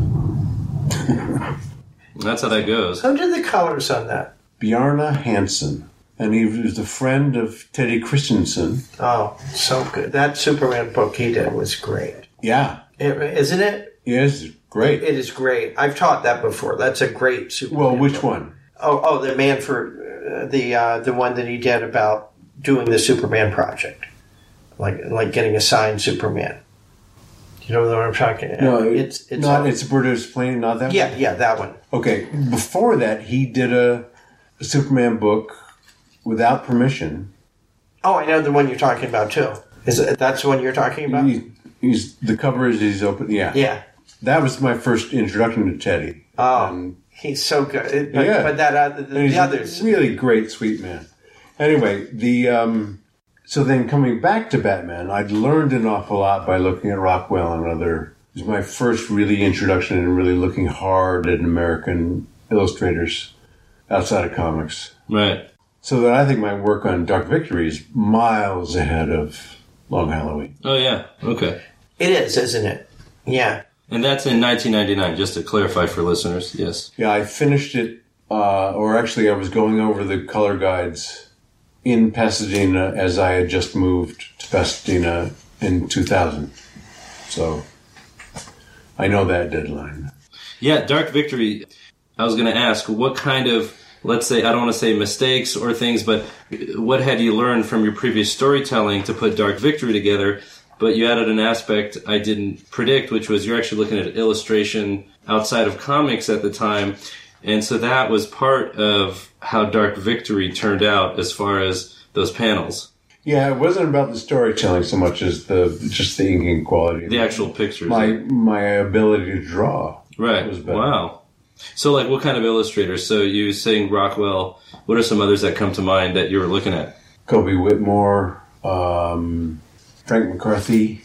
[SPEAKER 1] That's how that goes.
[SPEAKER 2] Who did the colors on that?
[SPEAKER 3] Bjarne Hansen, and he was a friend of Teddy Christensen.
[SPEAKER 2] Oh, so good. That Superman book he did was great.
[SPEAKER 3] Yeah,
[SPEAKER 2] It, isn't it?
[SPEAKER 3] yes, great.
[SPEAKER 2] It is great. I've taught that before. That's a great Superman.
[SPEAKER 3] Well, which one?
[SPEAKER 2] Oh, oh, the man for uh, the uh, the one that he did about doing the Superman project, like like getting assigned Superman. You know what I'm talking about?
[SPEAKER 3] No,
[SPEAKER 2] it's it's
[SPEAKER 3] not.
[SPEAKER 2] on-
[SPEAKER 3] It's a British plane, not that.
[SPEAKER 2] yeah, yeah, that one.
[SPEAKER 3] One? Okay. Before that, he did a, a Superman book without permission.
[SPEAKER 2] Oh, I know the one you're talking about too. Is it, that's the one you're talking about?
[SPEAKER 3] He, he's the cover is he's open. Yeah.
[SPEAKER 2] Yeah.
[SPEAKER 3] That was my first introduction to Teddy.
[SPEAKER 2] Oh,
[SPEAKER 3] And-
[SPEAKER 2] he's so good. It- But,
[SPEAKER 3] um, Yeah.
[SPEAKER 2] but that other
[SPEAKER 3] and
[SPEAKER 2] the,
[SPEAKER 3] he's
[SPEAKER 2] the others.
[SPEAKER 3] a really great, sweet man. Anyway, the um, so then coming back to Batman, I'd learned an awful lot by looking at Rockwell and other. It was my first really introduction and really looking hard at American illustrators outside of comics.
[SPEAKER 1] Right.
[SPEAKER 3] So that I think my work on Dark Victory is miles ahead of Long Halloween.
[SPEAKER 1] Oh yeah. Okay.
[SPEAKER 2] It is, isn't it? Yeah.
[SPEAKER 1] And that's in 1999. Just to clarify for listeners. Yes.
[SPEAKER 3] Yeah, I finished it, uh, or actually, I was going over the color guides in Pasadena as I had just moved to Pasadena in 2000. So I know that deadline.
[SPEAKER 1] Yeah, Dark Victory. I was going to ask what kind of, let's say, I don't want to say mistakes or things, but what had you learned from your previous storytelling to put Dark Victory together? But you added an aspect I didn't predict, which was you're actually looking at illustration outside of comics at the time. And so that was part of how Dark Victory turned out as far as those panels,
[SPEAKER 3] Yeah, it wasn't about the storytelling so much as the just the inking quality.
[SPEAKER 1] the actual pictures.
[SPEAKER 3] my my ability to draw.
[SPEAKER 1] Right.
[SPEAKER 3] was better.
[SPEAKER 1] Wow. So, like, what kind of illustrators? So, you saying Rockwell? What are some others that come to mind that you were looking at?
[SPEAKER 3] Kobe Whitmore, um, Frank McCarthy,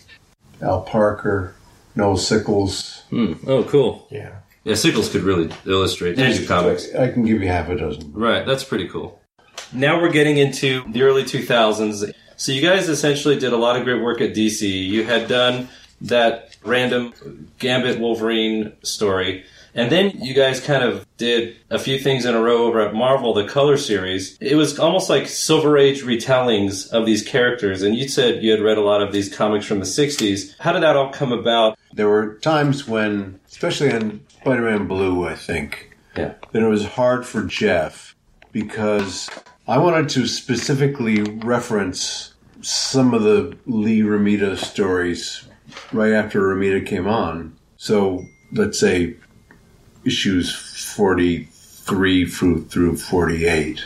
[SPEAKER 3] Al Parker, Noel Sickles.
[SPEAKER 1] Hmm. Oh, cool.
[SPEAKER 2] Yeah.
[SPEAKER 1] Yeah, Sickles could really illustrate and do comics.
[SPEAKER 3] I can give you half a dozen.
[SPEAKER 1] Right. That's pretty cool. Now we're getting into the early 2000s. So, you guys essentially did a lot of great work at DC. You had done that random Gambit Wolverine story. And then you guys kind of did a few things in a row over at Marvel, the color series. It was almost like Silver Age retellings of these characters. And you said you had read a lot of these comics from the 60s. How did that all come about?
[SPEAKER 3] There were times when, especially on Spider Man Blue, I think,
[SPEAKER 1] Yeah.
[SPEAKER 3] that it was hard for Jeff because I wanted to specifically reference some of the Lee Ramita stories right after Ramita came on. So let's say issues 43 through, through 48.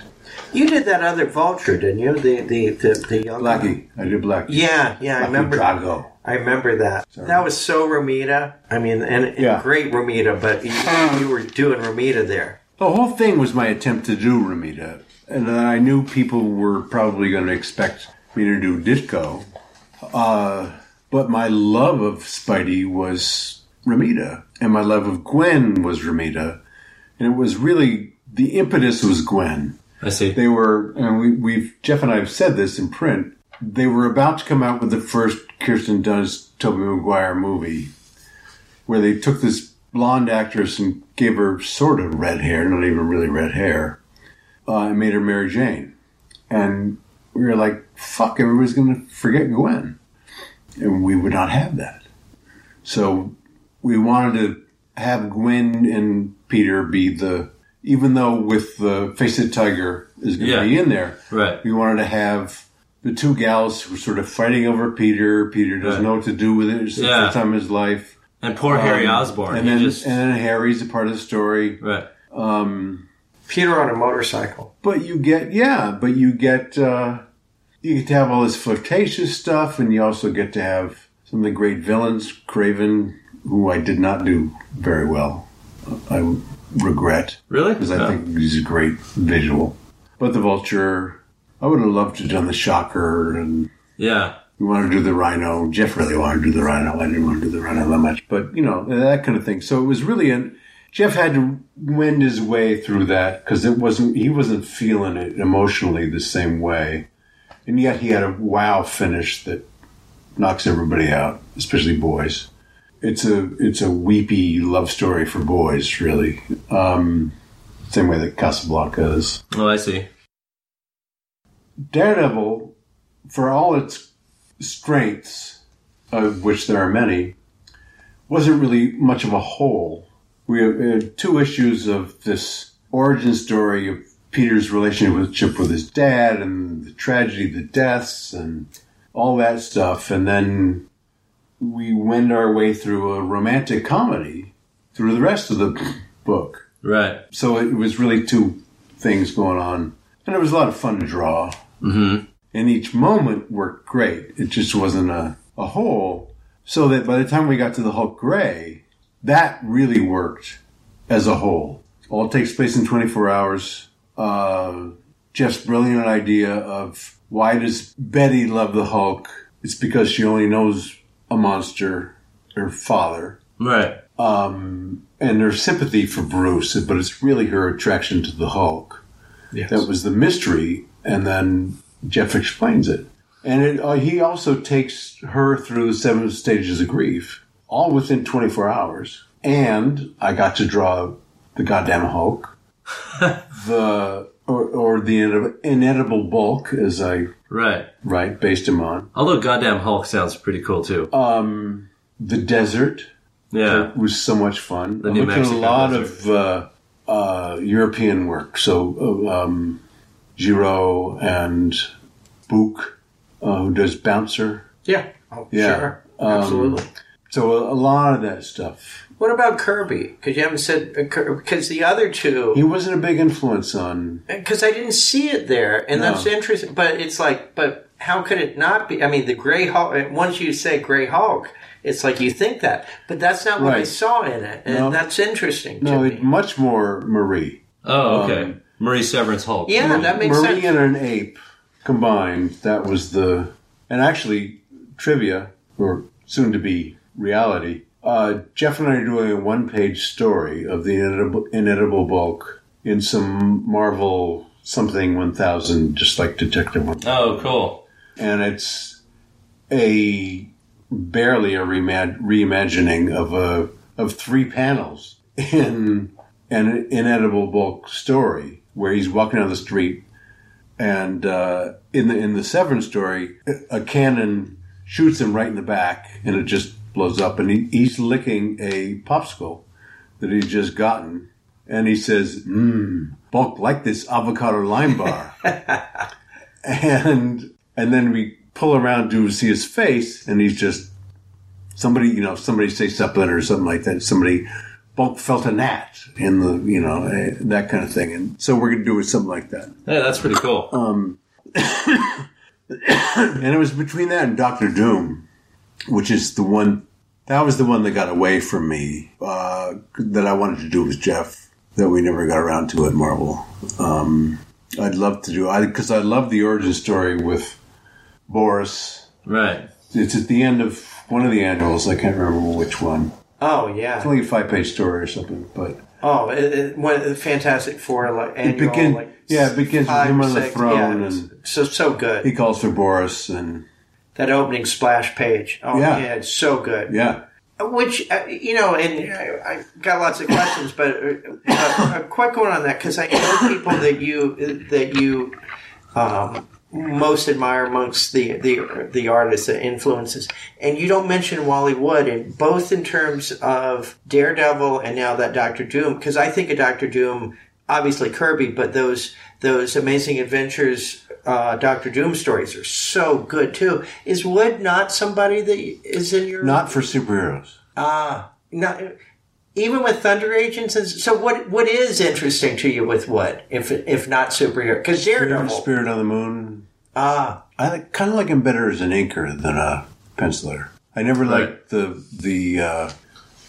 [SPEAKER 4] You did that other vulture, didn't you? The the the, the young
[SPEAKER 3] Blackie. I did Blackie.
[SPEAKER 4] Yeah, yeah, I
[SPEAKER 3] Blackie
[SPEAKER 4] remember.
[SPEAKER 3] Drago.
[SPEAKER 4] I remember that. That was so Romita. I mean, and, and
[SPEAKER 3] Yeah. Um.
[SPEAKER 4] great Romita, but you, you were doing Romita there.
[SPEAKER 3] The whole thing was my attempt to do Ramita, and then I knew people were probably going to expect me to do Ditko. Uh, but my love of Spidey was Ramita, and my love of Gwen was Ramita, and it was really the impetus was Gwen.
[SPEAKER 1] I see.
[SPEAKER 3] They were, and we, we've Jeff and I have said this in print. They were about to come out with the first Kirsten Dunst Tobey Maguire movie, where they took this blonde actress and gave her sort of red hair, not even really red hair, uh, and made her Mary Jane. And we were like, "Fuck, everybody's going to forget Gwen," and we would not have that. So we wanted to have Gwen and Peter be the even though with the Face It Tiger is going to
[SPEAKER 1] Yeah.
[SPEAKER 3] be in there,
[SPEAKER 1] Right.
[SPEAKER 3] we wanted to have the two gals who were sort of fighting over Peter. Peter doesn't know what to do with it. It's
[SPEAKER 1] Yeah.
[SPEAKER 3] the first time in his life.
[SPEAKER 1] And poor Harry
[SPEAKER 3] Um,
[SPEAKER 1] Osborn.
[SPEAKER 3] And
[SPEAKER 1] he
[SPEAKER 3] then,
[SPEAKER 1] just,
[SPEAKER 3] and then Harry's a part of the story.
[SPEAKER 1] right.
[SPEAKER 3] Um,
[SPEAKER 2] Peter on a motorcycle.
[SPEAKER 3] but you get, yeah, but you get, uh, you get to have all this flirtatious stuff, and you also get to have some of the great villains, Craven, who I did not do very well. I regret.
[SPEAKER 1] Really?
[SPEAKER 3] because I
[SPEAKER 1] Oh.
[SPEAKER 3] think he's a great visual. But the Vulture, I would have loved to have done the Shocker, and
[SPEAKER 1] Yeah.
[SPEAKER 3] we wanted to do the Rhino. Jeff really wanted to do the Rhino. I didn't want to do the Rhino that much, but you know that kind of thing. So it was really an Jeff had to wend his way through that because it wasn't he wasn't feeling it emotionally the same way, and yet he had a wow finish that knocks everybody out, especially boys. It's a it's a weepy love story for boys, really. Um, same way that Casablanca is.
[SPEAKER 1] Oh, I see.
[SPEAKER 3] Daredevil, for all its strengths, of which there are many, wasn't really much of a whole. We have uh, two issues of this origin story of Peter's relationship with his dad and the tragedy, the deaths, and all that stuff. And then we wend our way through a romantic comedy through the rest of the book.
[SPEAKER 1] Right.
[SPEAKER 3] So it was really two things going on. And it was a lot of fun to draw.
[SPEAKER 1] Mm-hmm.
[SPEAKER 3] And each moment worked great. It just wasn't a, a whole. So that by the time we got to the Hulk Gray, that really worked as a whole. All takes place in 24 hours. Uh, Jeff's brilliant idea of why does Betty love the Hulk? It's because she only knows a monster, her father,
[SPEAKER 1] Right.
[SPEAKER 3] um, and her sympathy for Bruce, but it's really her attraction to the Hulk.
[SPEAKER 1] Yes.
[SPEAKER 3] That was the mystery, and then Jeff explains it. And it, uh, he also takes her through the seven stages of grief, all within 24 hours. And I got to draw the goddamn Hulk, the or, or the ined- inedible bulk, as I
[SPEAKER 1] Right.
[SPEAKER 3] write, based him on.
[SPEAKER 1] Although goddamn Hulk sounds pretty cool too.
[SPEAKER 3] Um, the desert,
[SPEAKER 1] yeah.
[SPEAKER 3] It was so much fun.
[SPEAKER 1] The
[SPEAKER 3] I'm
[SPEAKER 1] New
[SPEAKER 3] looking at a
[SPEAKER 1] Mexico
[SPEAKER 3] lot
[SPEAKER 1] desert.
[SPEAKER 3] of uh, uh, European work. So uh, um, Giro and Book, uh, who does Bouncer.
[SPEAKER 5] Yeah. Oh,
[SPEAKER 3] Yeah.
[SPEAKER 5] Sure.
[SPEAKER 3] Um,
[SPEAKER 5] Absolutely.
[SPEAKER 3] So a, a lot of that stuff.
[SPEAKER 2] What about Kirby? Because you haven't said because the other two
[SPEAKER 3] He wasn't a big influence on.
[SPEAKER 2] because I didn't see it there, and that's interesting. But it's like, but how could it not be? I mean, the Gray Hulk. Once you say Gray Hulk, it's like you think that, but that's not what I
[SPEAKER 3] Right.
[SPEAKER 2] saw in it, and
[SPEAKER 3] No.
[SPEAKER 2] that's interesting. to
[SPEAKER 3] No,
[SPEAKER 2] me.
[SPEAKER 3] it, much more Marie.
[SPEAKER 1] Oh,
[SPEAKER 3] Um,
[SPEAKER 1] okay. Marie Severance Hulk.
[SPEAKER 2] yeah, that makes
[SPEAKER 3] Marie
[SPEAKER 2] sense.
[SPEAKER 3] and an ape combined. That was the. And actually, trivia, or soon to be reality, uh, Jeff and I are doing a one page story of the inedible, inedible bulk in some Marvel something 1000, just like Detective 1000
[SPEAKER 1] Oh, cool.
[SPEAKER 3] and it's a barely a reima- reimagining of a of three panels in an inedible bulk story where he's walking down the street and uh, in the in the Severn story a cannon shoots him right in the back and it just blows up and he, he's licking a popsicle that he's just gotten and he says mmm bulk like this avocado lime bar and and then we pull around to see his face, and he's just somebody, you know, somebody say something or something like that. Somebody bulk felt a gnat in the, you know, eh, that kind of thing. And so we're gonna do it something like that.
[SPEAKER 1] Yeah, that's pretty cool.
[SPEAKER 3] Uh, And it was between that and Doctor Doom, which is the one that was the one that got away from me uh, that I wanted to do with Jeff that we never got around to at Marvel. Um, I'd love to do I because I love the origin story with Boris
[SPEAKER 1] right.
[SPEAKER 3] It's at the end of one of the annuals. I can't remember which one.
[SPEAKER 2] Oh yeah.
[SPEAKER 3] It's only a five-page story or something, but
[SPEAKER 2] Oh, it, it, one of the Fantastic Four like
[SPEAKER 3] it
[SPEAKER 2] annual,
[SPEAKER 3] begins.
[SPEAKER 2] like
[SPEAKER 3] yeah, it begins with
[SPEAKER 2] five
[SPEAKER 3] him
[SPEAKER 2] or
[SPEAKER 3] on the
[SPEAKER 2] six,
[SPEAKER 3] throne,
[SPEAKER 2] yeah,
[SPEAKER 3] and
[SPEAKER 2] so so good.
[SPEAKER 3] he calls for Boris, and
[SPEAKER 2] that opening splash page. Oh yeah,
[SPEAKER 3] Yeah.
[SPEAKER 2] it's so good.
[SPEAKER 3] yeah,
[SPEAKER 2] Which uh, you know, and I, I got lots of questions, but uh, uh, quite going on that because I know people that you that you um, most admire amongst the the the artists that influences, and you don't mention Wally Wood, and both in terms of Daredevil and now that Doctor Doom, because I think of Doctor Doom, obviously Kirby, but those those Amazing Adventures uh, Doctor Doom stories are so good too. Is Wood not somebody that is in your
[SPEAKER 3] not for superheroes.
[SPEAKER 2] Ah, not even with Thunder Agents. And so, what what is interesting to you with what, if if not superhero? Because Daredevil.
[SPEAKER 3] Spirit on the Moon.
[SPEAKER 2] Ah,
[SPEAKER 3] I like, kind of like him better as an inker than a penciler. I never
[SPEAKER 1] Right.
[SPEAKER 3] liked the the uh,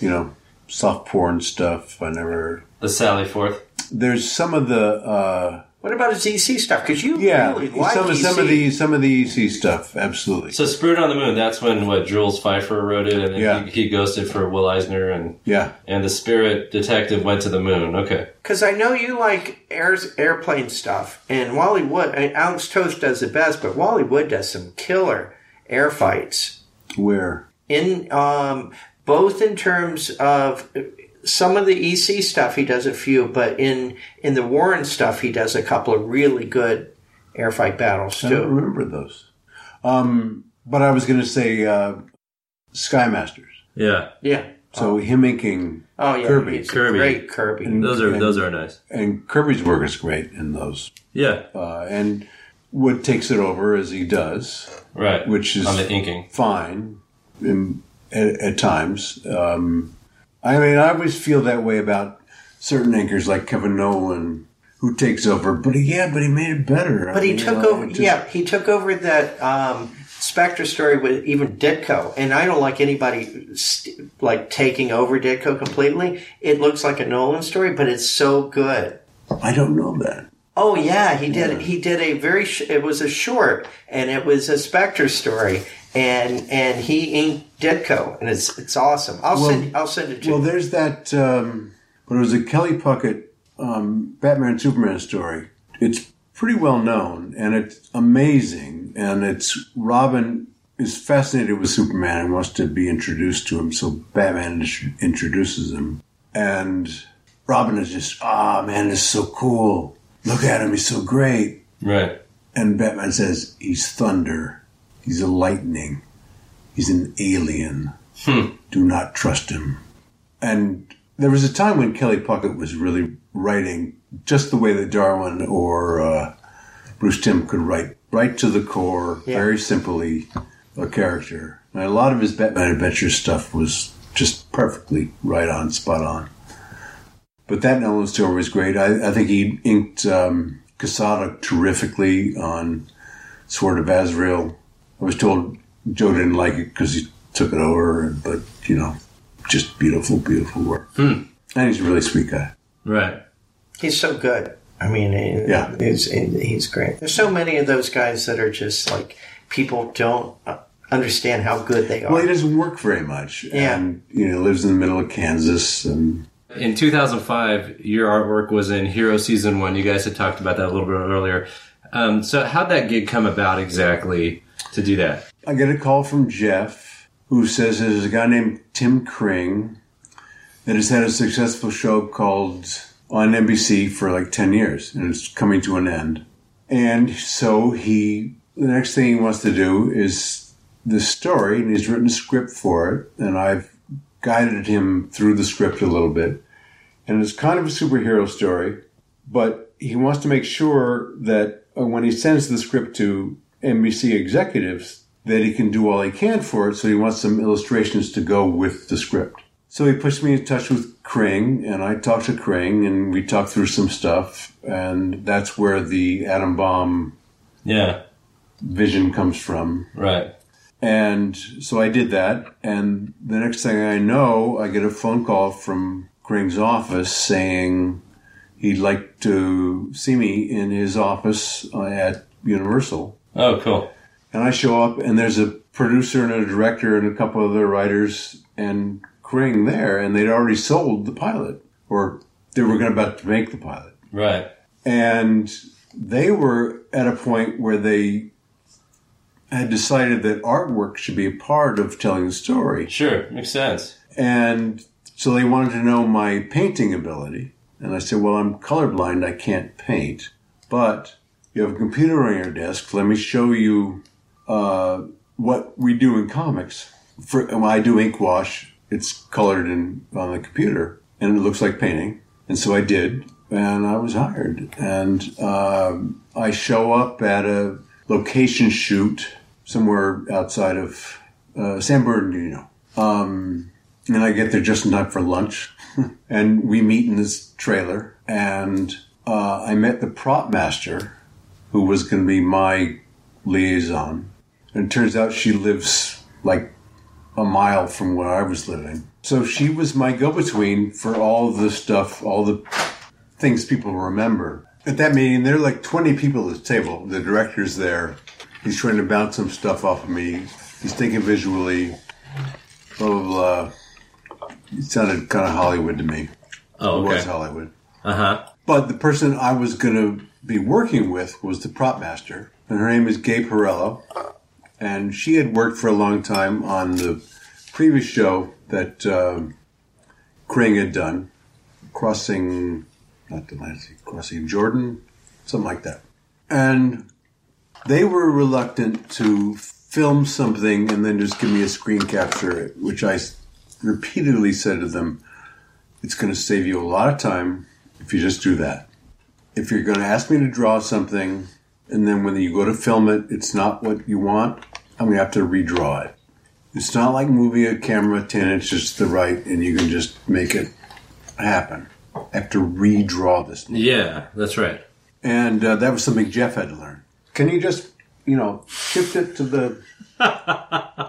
[SPEAKER 3] you know soft porn stuff. I never
[SPEAKER 1] The Sally Forth.
[SPEAKER 3] there's some of the uh,
[SPEAKER 2] What about his EC stuff? Because you
[SPEAKER 3] Yeah,
[SPEAKER 2] really like
[SPEAKER 3] some of
[SPEAKER 2] EC.
[SPEAKER 3] some of the some of the EC stuff, absolutely.
[SPEAKER 1] So Spirit on the Moon, that's when what Jules Pfeiffer wrote it, and then
[SPEAKER 3] Yeah.
[SPEAKER 1] he, he ghosted for Will Eisner, and
[SPEAKER 3] Yeah,
[SPEAKER 1] and the Spirit detective went to the moon. Okay,
[SPEAKER 2] Because I know you like airs, airplane stuff, and Wally Wood, and Alex Toast does it best, but Wally Wood does some killer air fights.
[SPEAKER 3] where
[SPEAKER 2] in um, both in terms of some of the EC stuff he does a few, but in in the Warren stuff he does a couple of really good air fight battles
[SPEAKER 3] I don't
[SPEAKER 2] too.
[SPEAKER 3] remember those. Um, but I was going to say uh, Sky Masters.
[SPEAKER 1] yeah,
[SPEAKER 2] Yeah.
[SPEAKER 3] So him inking
[SPEAKER 2] Oh yeah.
[SPEAKER 3] Kirby.
[SPEAKER 2] he's a
[SPEAKER 1] Kirby.
[SPEAKER 2] Great Kirby.
[SPEAKER 1] those are those are nice.
[SPEAKER 3] and Kirby's work is great in those.
[SPEAKER 1] Yeah,
[SPEAKER 3] Uh, and Wood takes it over as he does,
[SPEAKER 1] right.
[SPEAKER 3] which is
[SPEAKER 1] on the inking.
[SPEAKER 3] fine in, at, at times. Um, I mean, I always feel that way about certain anchors like Kevin Nolan, who takes over. But he- yeah, but he made it better.
[SPEAKER 2] But he took over. yeah, he took over that um, Spectre story with even Ditko, and I don't like anybody st- like taking over Ditko completely. It looks like a Nolan story, but it's so good.
[SPEAKER 3] I don't know that.
[SPEAKER 2] Oh yeah, he did. He did a very. Sh- it was a short, and it was a Spectre story, and and he inked Ditko, and it's it's awesome. I'll send I'll send it to
[SPEAKER 3] Well,
[SPEAKER 2] you.
[SPEAKER 3] there's that. Um, but it was a Kelly Puckett um, Batman Superman story. It's pretty well known, and it's amazing. And it's Robin is fascinated with Superman and wants to be introduced to him. So Batman int- introduces him, and Robin is just, ah, man, this is so cool. Look at him, he's so great.
[SPEAKER 1] Right.
[SPEAKER 3] And Batman says, he's thunder, he's a lightning, he's an alien. Do not trust him. And there was a time when Kelly Puckett was really writing just the way that Darwin or uh, Bruce Timm could write, right to the core, very simply, a character. And a lot of his Batman Adventure stuff was just perfectly right on, spot on. But that Nolan story was great. I, I think he inked um, Casada terrifically on Sword of Azrael. I was told Joe didn't like it because he took it over, but you know, just beautiful, beautiful work. And he's a really sweet guy.
[SPEAKER 1] Right.
[SPEAKER 2] He's so good. I mean, he-
[SPEAKER 3] Yeah.
[SPEAKER 2] he's he's great. There's so many of those guys that are just like people don't uh, understand how good they are.
[SPEAKER 3] Well, he doesn't work very much,
[SPEAKER 2] Yeah.
[SPEAKER 3] and you know, lives in the middle of Kansas, and
[SPEAKER 1] In 2005, your artwork was in Hero Season 1. You guys had talked about that a little bit earlier. Um, so, how'd that gig come about exactly to do that?
[SPEAKER 3] I get a call from Jeff who says there's a guy named Tim Kring that has had a successful show called on NBC for like 10 years and it's coming to an end. And so he, the next thing he wants to do is this story and he's written a script for it. And I've guided him through the script a little bit. And it's kind of a superhero story but he wants to make sure that uh, when he sends the script to NBC executives, that he can do all he can for it. So he wants some illustrations to go with the script. So he puts me in touch with Kring, and I talked to Kring, and we talked through some stuff, and that's where the atom bomb
[SPEAKER 1] Yeah.
[SPEAKER 3] vision comes from.
[SPEAKER 1] Right.
[SPEAKER 3] And so I did that. And the next thing I know, I get a phone call from Kring's office saying he'd like to see me in his office uh, at Universal.
[SPEAKER 1] Oh, cool.
[SPEAKER 3] And I show up, and there's a producer and a director and a couple other writers and Kring there. And they'd already sold the pilot, or they were going about to make the pilot
[SPEAKER 1] Right.
[SPEAKER 3] and they were at a point where they had decided that artwork should be a part of telling the story.
[SPEAKER 1] Sure. Makes sense.
[SPEAKER 3] And so they wanted to know my painting ability. And I said, Well, I'm colorblind, I can't paint, but you have a computer on your desk. Let me show you uh, what we do in comics. For, when I do ink wash, it's colored in, on the computer and it looks like painting. And so I did, and I was hired. And um, I show up at a location shoot somewhere outside of uh, San Bernardino. Um, and I get there just in time for lunch. and we meet in this trailer. And uh, I met the prop master, who was going to be my liaison. And it turns out she lives like a mile from where I was living. So she was my go between for all the stuff, all the things people remember. At that meeting, there are like 20 people at the table. The director's there. He's trying to bounce some stuff off of me. He's thinking visually. Blah, blah, blah. It sounded kind of Hollywood to me.
[SPEAKER 1] Oh,
[SPEAKER 3] It was
[SPEAKER 1] okay.
[SPEAKER 3] Hollywood.
[SPEAKER 1] Uh huh.
[SPEAKER 3] But the person I was going to be working with was the prop master, and her name is Gay Perello. And she had worked for a long time on the previous show that um Kring had done, Crossing, not Atlantic, Crossing Jordan, something like that. And they were reluctant to film something and then just give me a screen capture, which I s- repeatedly said to them, it's going to save you a lot of time if you just do that. If you're going to ask me to draw something, and then when you go to film it, it's not what you want, I'm going to have to redraw it. It's not like moving a camera 10 inches to the right and you can just make it happen. I have to redraw this.
[SPEAKER 1] Yeah, that's right.
[SPEAKER 3] And uh, that was something Jeff had to learn. Can you just, you know, shift it to the.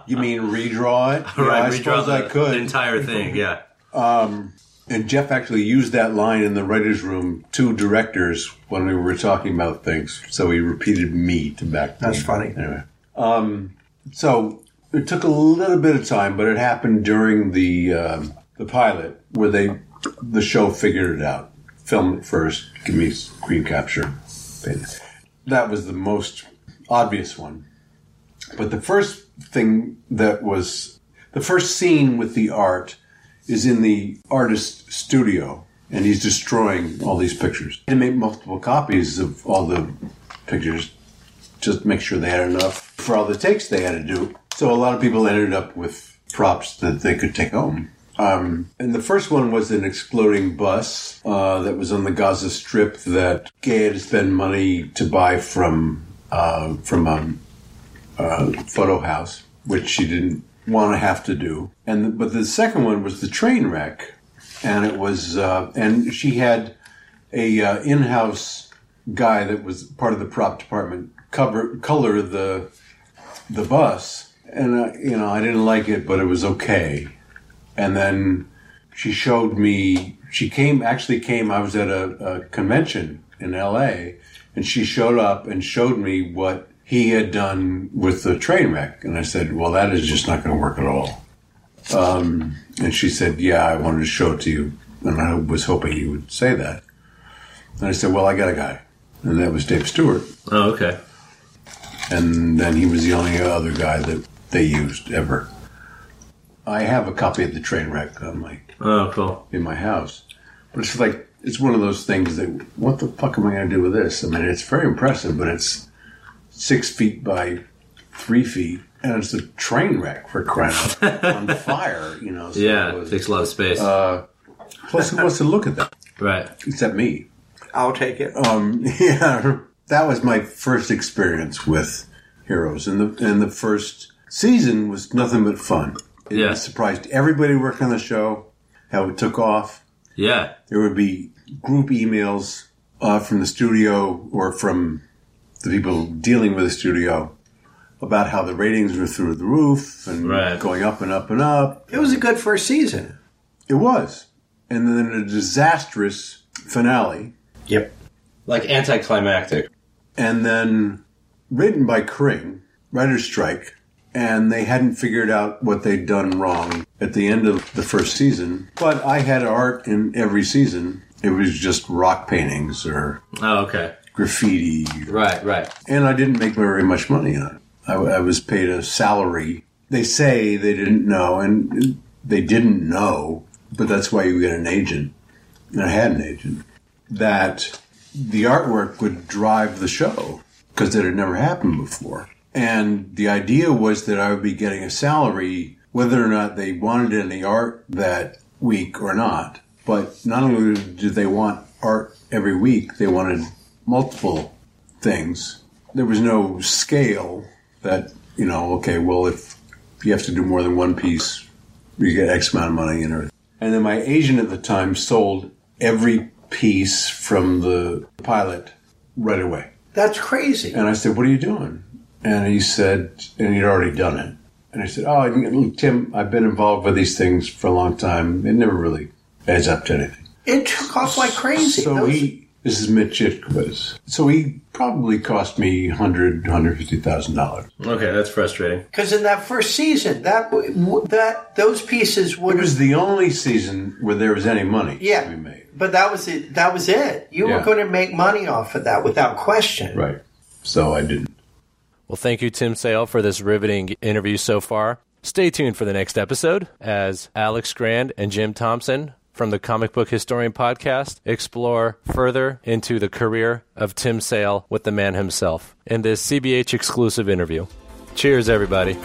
[SPEAKER 3] you mean redraw it? Yeah, I
[SPEAKER 1] redraw
[SPEAKER 3] suppose I
[SPEAKER 1] the-
[SPEAKER 3] could.
[SPEAKER 1] the entire thing. Yeah.
[SPEAKER 3] And Jeff actually used that line in the writer's room to directors when we were talking about things. So he repeated me to back them.
[SPEAKER 2] That's funny.
[SPEAKER 3] Anyway. Um, so it took a little bit of time, but it happened during the um, the pilot where they the show figured it out. Film it first, give me screen capture. That was the most obvious one. But the first thing that was the first scene with the art is in the artist's studio and he's destroying all these pictures. He had to make multiple copies of all the pictures just to make sure they had enough for all the takes they had to do. So a lot of people ended up with props that they could take home. Um, and the first one was an exploding bus uh, that was on the Gaza Strip that Gay had to spend money to buy from uh, from um, photo house, which she didn't want to have to do. And but the second one was the train wreck, and it was uh, and she had a uh, in-house guy that was part of the prop department cover color the the bus, and uh, you know I didn't like it, but it was okay. And then she showed me. She came actually came. I was at a, a convention in L.A. and she showed up and showed me what he had done with the train wreck. And I said, "Well, that is just not going to work at all." Um, and she said, "Yeah, I wanted to show it to you, and I was hoping you would say that." And I said, "Well, I got a guy," and that was Dave Stewart.
[SPEAKER 1] Oh, okay.
[SPEAKER 3] And then he was the only other guy that they used ever. I have a copy of the train wreck on my
[SPEAKER 1] Oh, cool.
[SPEAKER 3] in my house. But it's like it's one of those things that what the fuck am I going to do with this? I mean, it's very impressive, but it's six feet by three feet, and it's a train wreck for crying out on fire. You know, so
[SPEAKER 1] Yeah,
[SPEAKER 3] it
[SPEAKER 1] it
[SPEAKER 3] was-
[SPEAKER 1] takes a lot of space.
[SPEAKER 3] plus, who wants to look at that
[SPEAKER 1] right.
[SPEAKER 3] except me?
[SPEAKER 2] I'll take it.
[SPEAKER 3] Um, yeah, that was my first experience with Heroes, and the and the first season was nothing but fun. It
[SPEAKER 1] Yeah.
[SPEAKER 3] surprised everybody working on the show how it took off.
[SPEAKER 1] Yeah.
[SPEAKER 3] there would be group emails uh, from the studio or from the people dealing with the studio about how the ratings were through the roof and
[SPEAKER 1] Right.
[SPEAKER 3] going up and up and up.
[SPEAKER 2] It was a good first season.
[SPEAKER 3] It was. And then a disastrous finale.
[SPEAKER 2] Yep.
[SPEAKER 1] Like anticlimactic.
[SPEAKER 3] And then written by Kring, writer's strike. And they hadn't figured out what they'd done wrong at the end of the first season. But I had art in every season. It was just rock paintings or
[SPEAKER 1] Oh, okay.
[SPEAKER 3] graffiti.
[SPEAKER 1] Right, right.
[SPEAKER 3] And I didn't make very much money on it. I, I was paid a salary. They say they didn't know, and they didn't know, but that's why you get an agent. And I had an agent. That the artwork would drive the show because it had never happened before. And the idea was that I would be getting a salary whether or not they wanted any art that week or not. But not only did they want art every week, they wanted multiple things. There was no scale that, you know, okay, well, if you have to do more than one piece, you get X amount of money and everything. And then my agent at the time sold every piece from the pilot right away.
[SPEAKER 2] That's crazy.
[SPEAKER 3] And I said, What are you doing? And he said, And he'd already done it. And I said, Oh, you know, Tim, I've been involved with these things for a long time. It never really adds up to anything.
[SPEAKER 2] It took off like crazy.
[SPEAKER 3] So
[SPEAKER 2] Those-
[SPEAKER 3] he This is Mitch Itquiz. So he probably cost me $100,000, $150,000.
[SPEAKER 1] Okay, that's frustrating.
[SPEAKER 2] Because in that first season, that w- w- that those pieces would
[SPEAKER 3] It was the only season where there was any money
[SPEAKER 2] Yeah.
[SPEAKER 3] to be made.
[SPEAKER 2] But that was it. That was it. You were
[SPEAKER 3] Yeah.
[SPEAKER 2] going to make money off of that without question.
[SPEAKER 3] Right. So I didn't.
[SPEAKER 1] Well, thank you, Tim Sale, for this riveting interview so far. Stay tuned for the next episode as Alex Grand and Jim Thompson from the Comic Book Historian Podcast explore further into the career of Tim Sale with the man himself in this CBH exclusive interview. Cheers, everybody.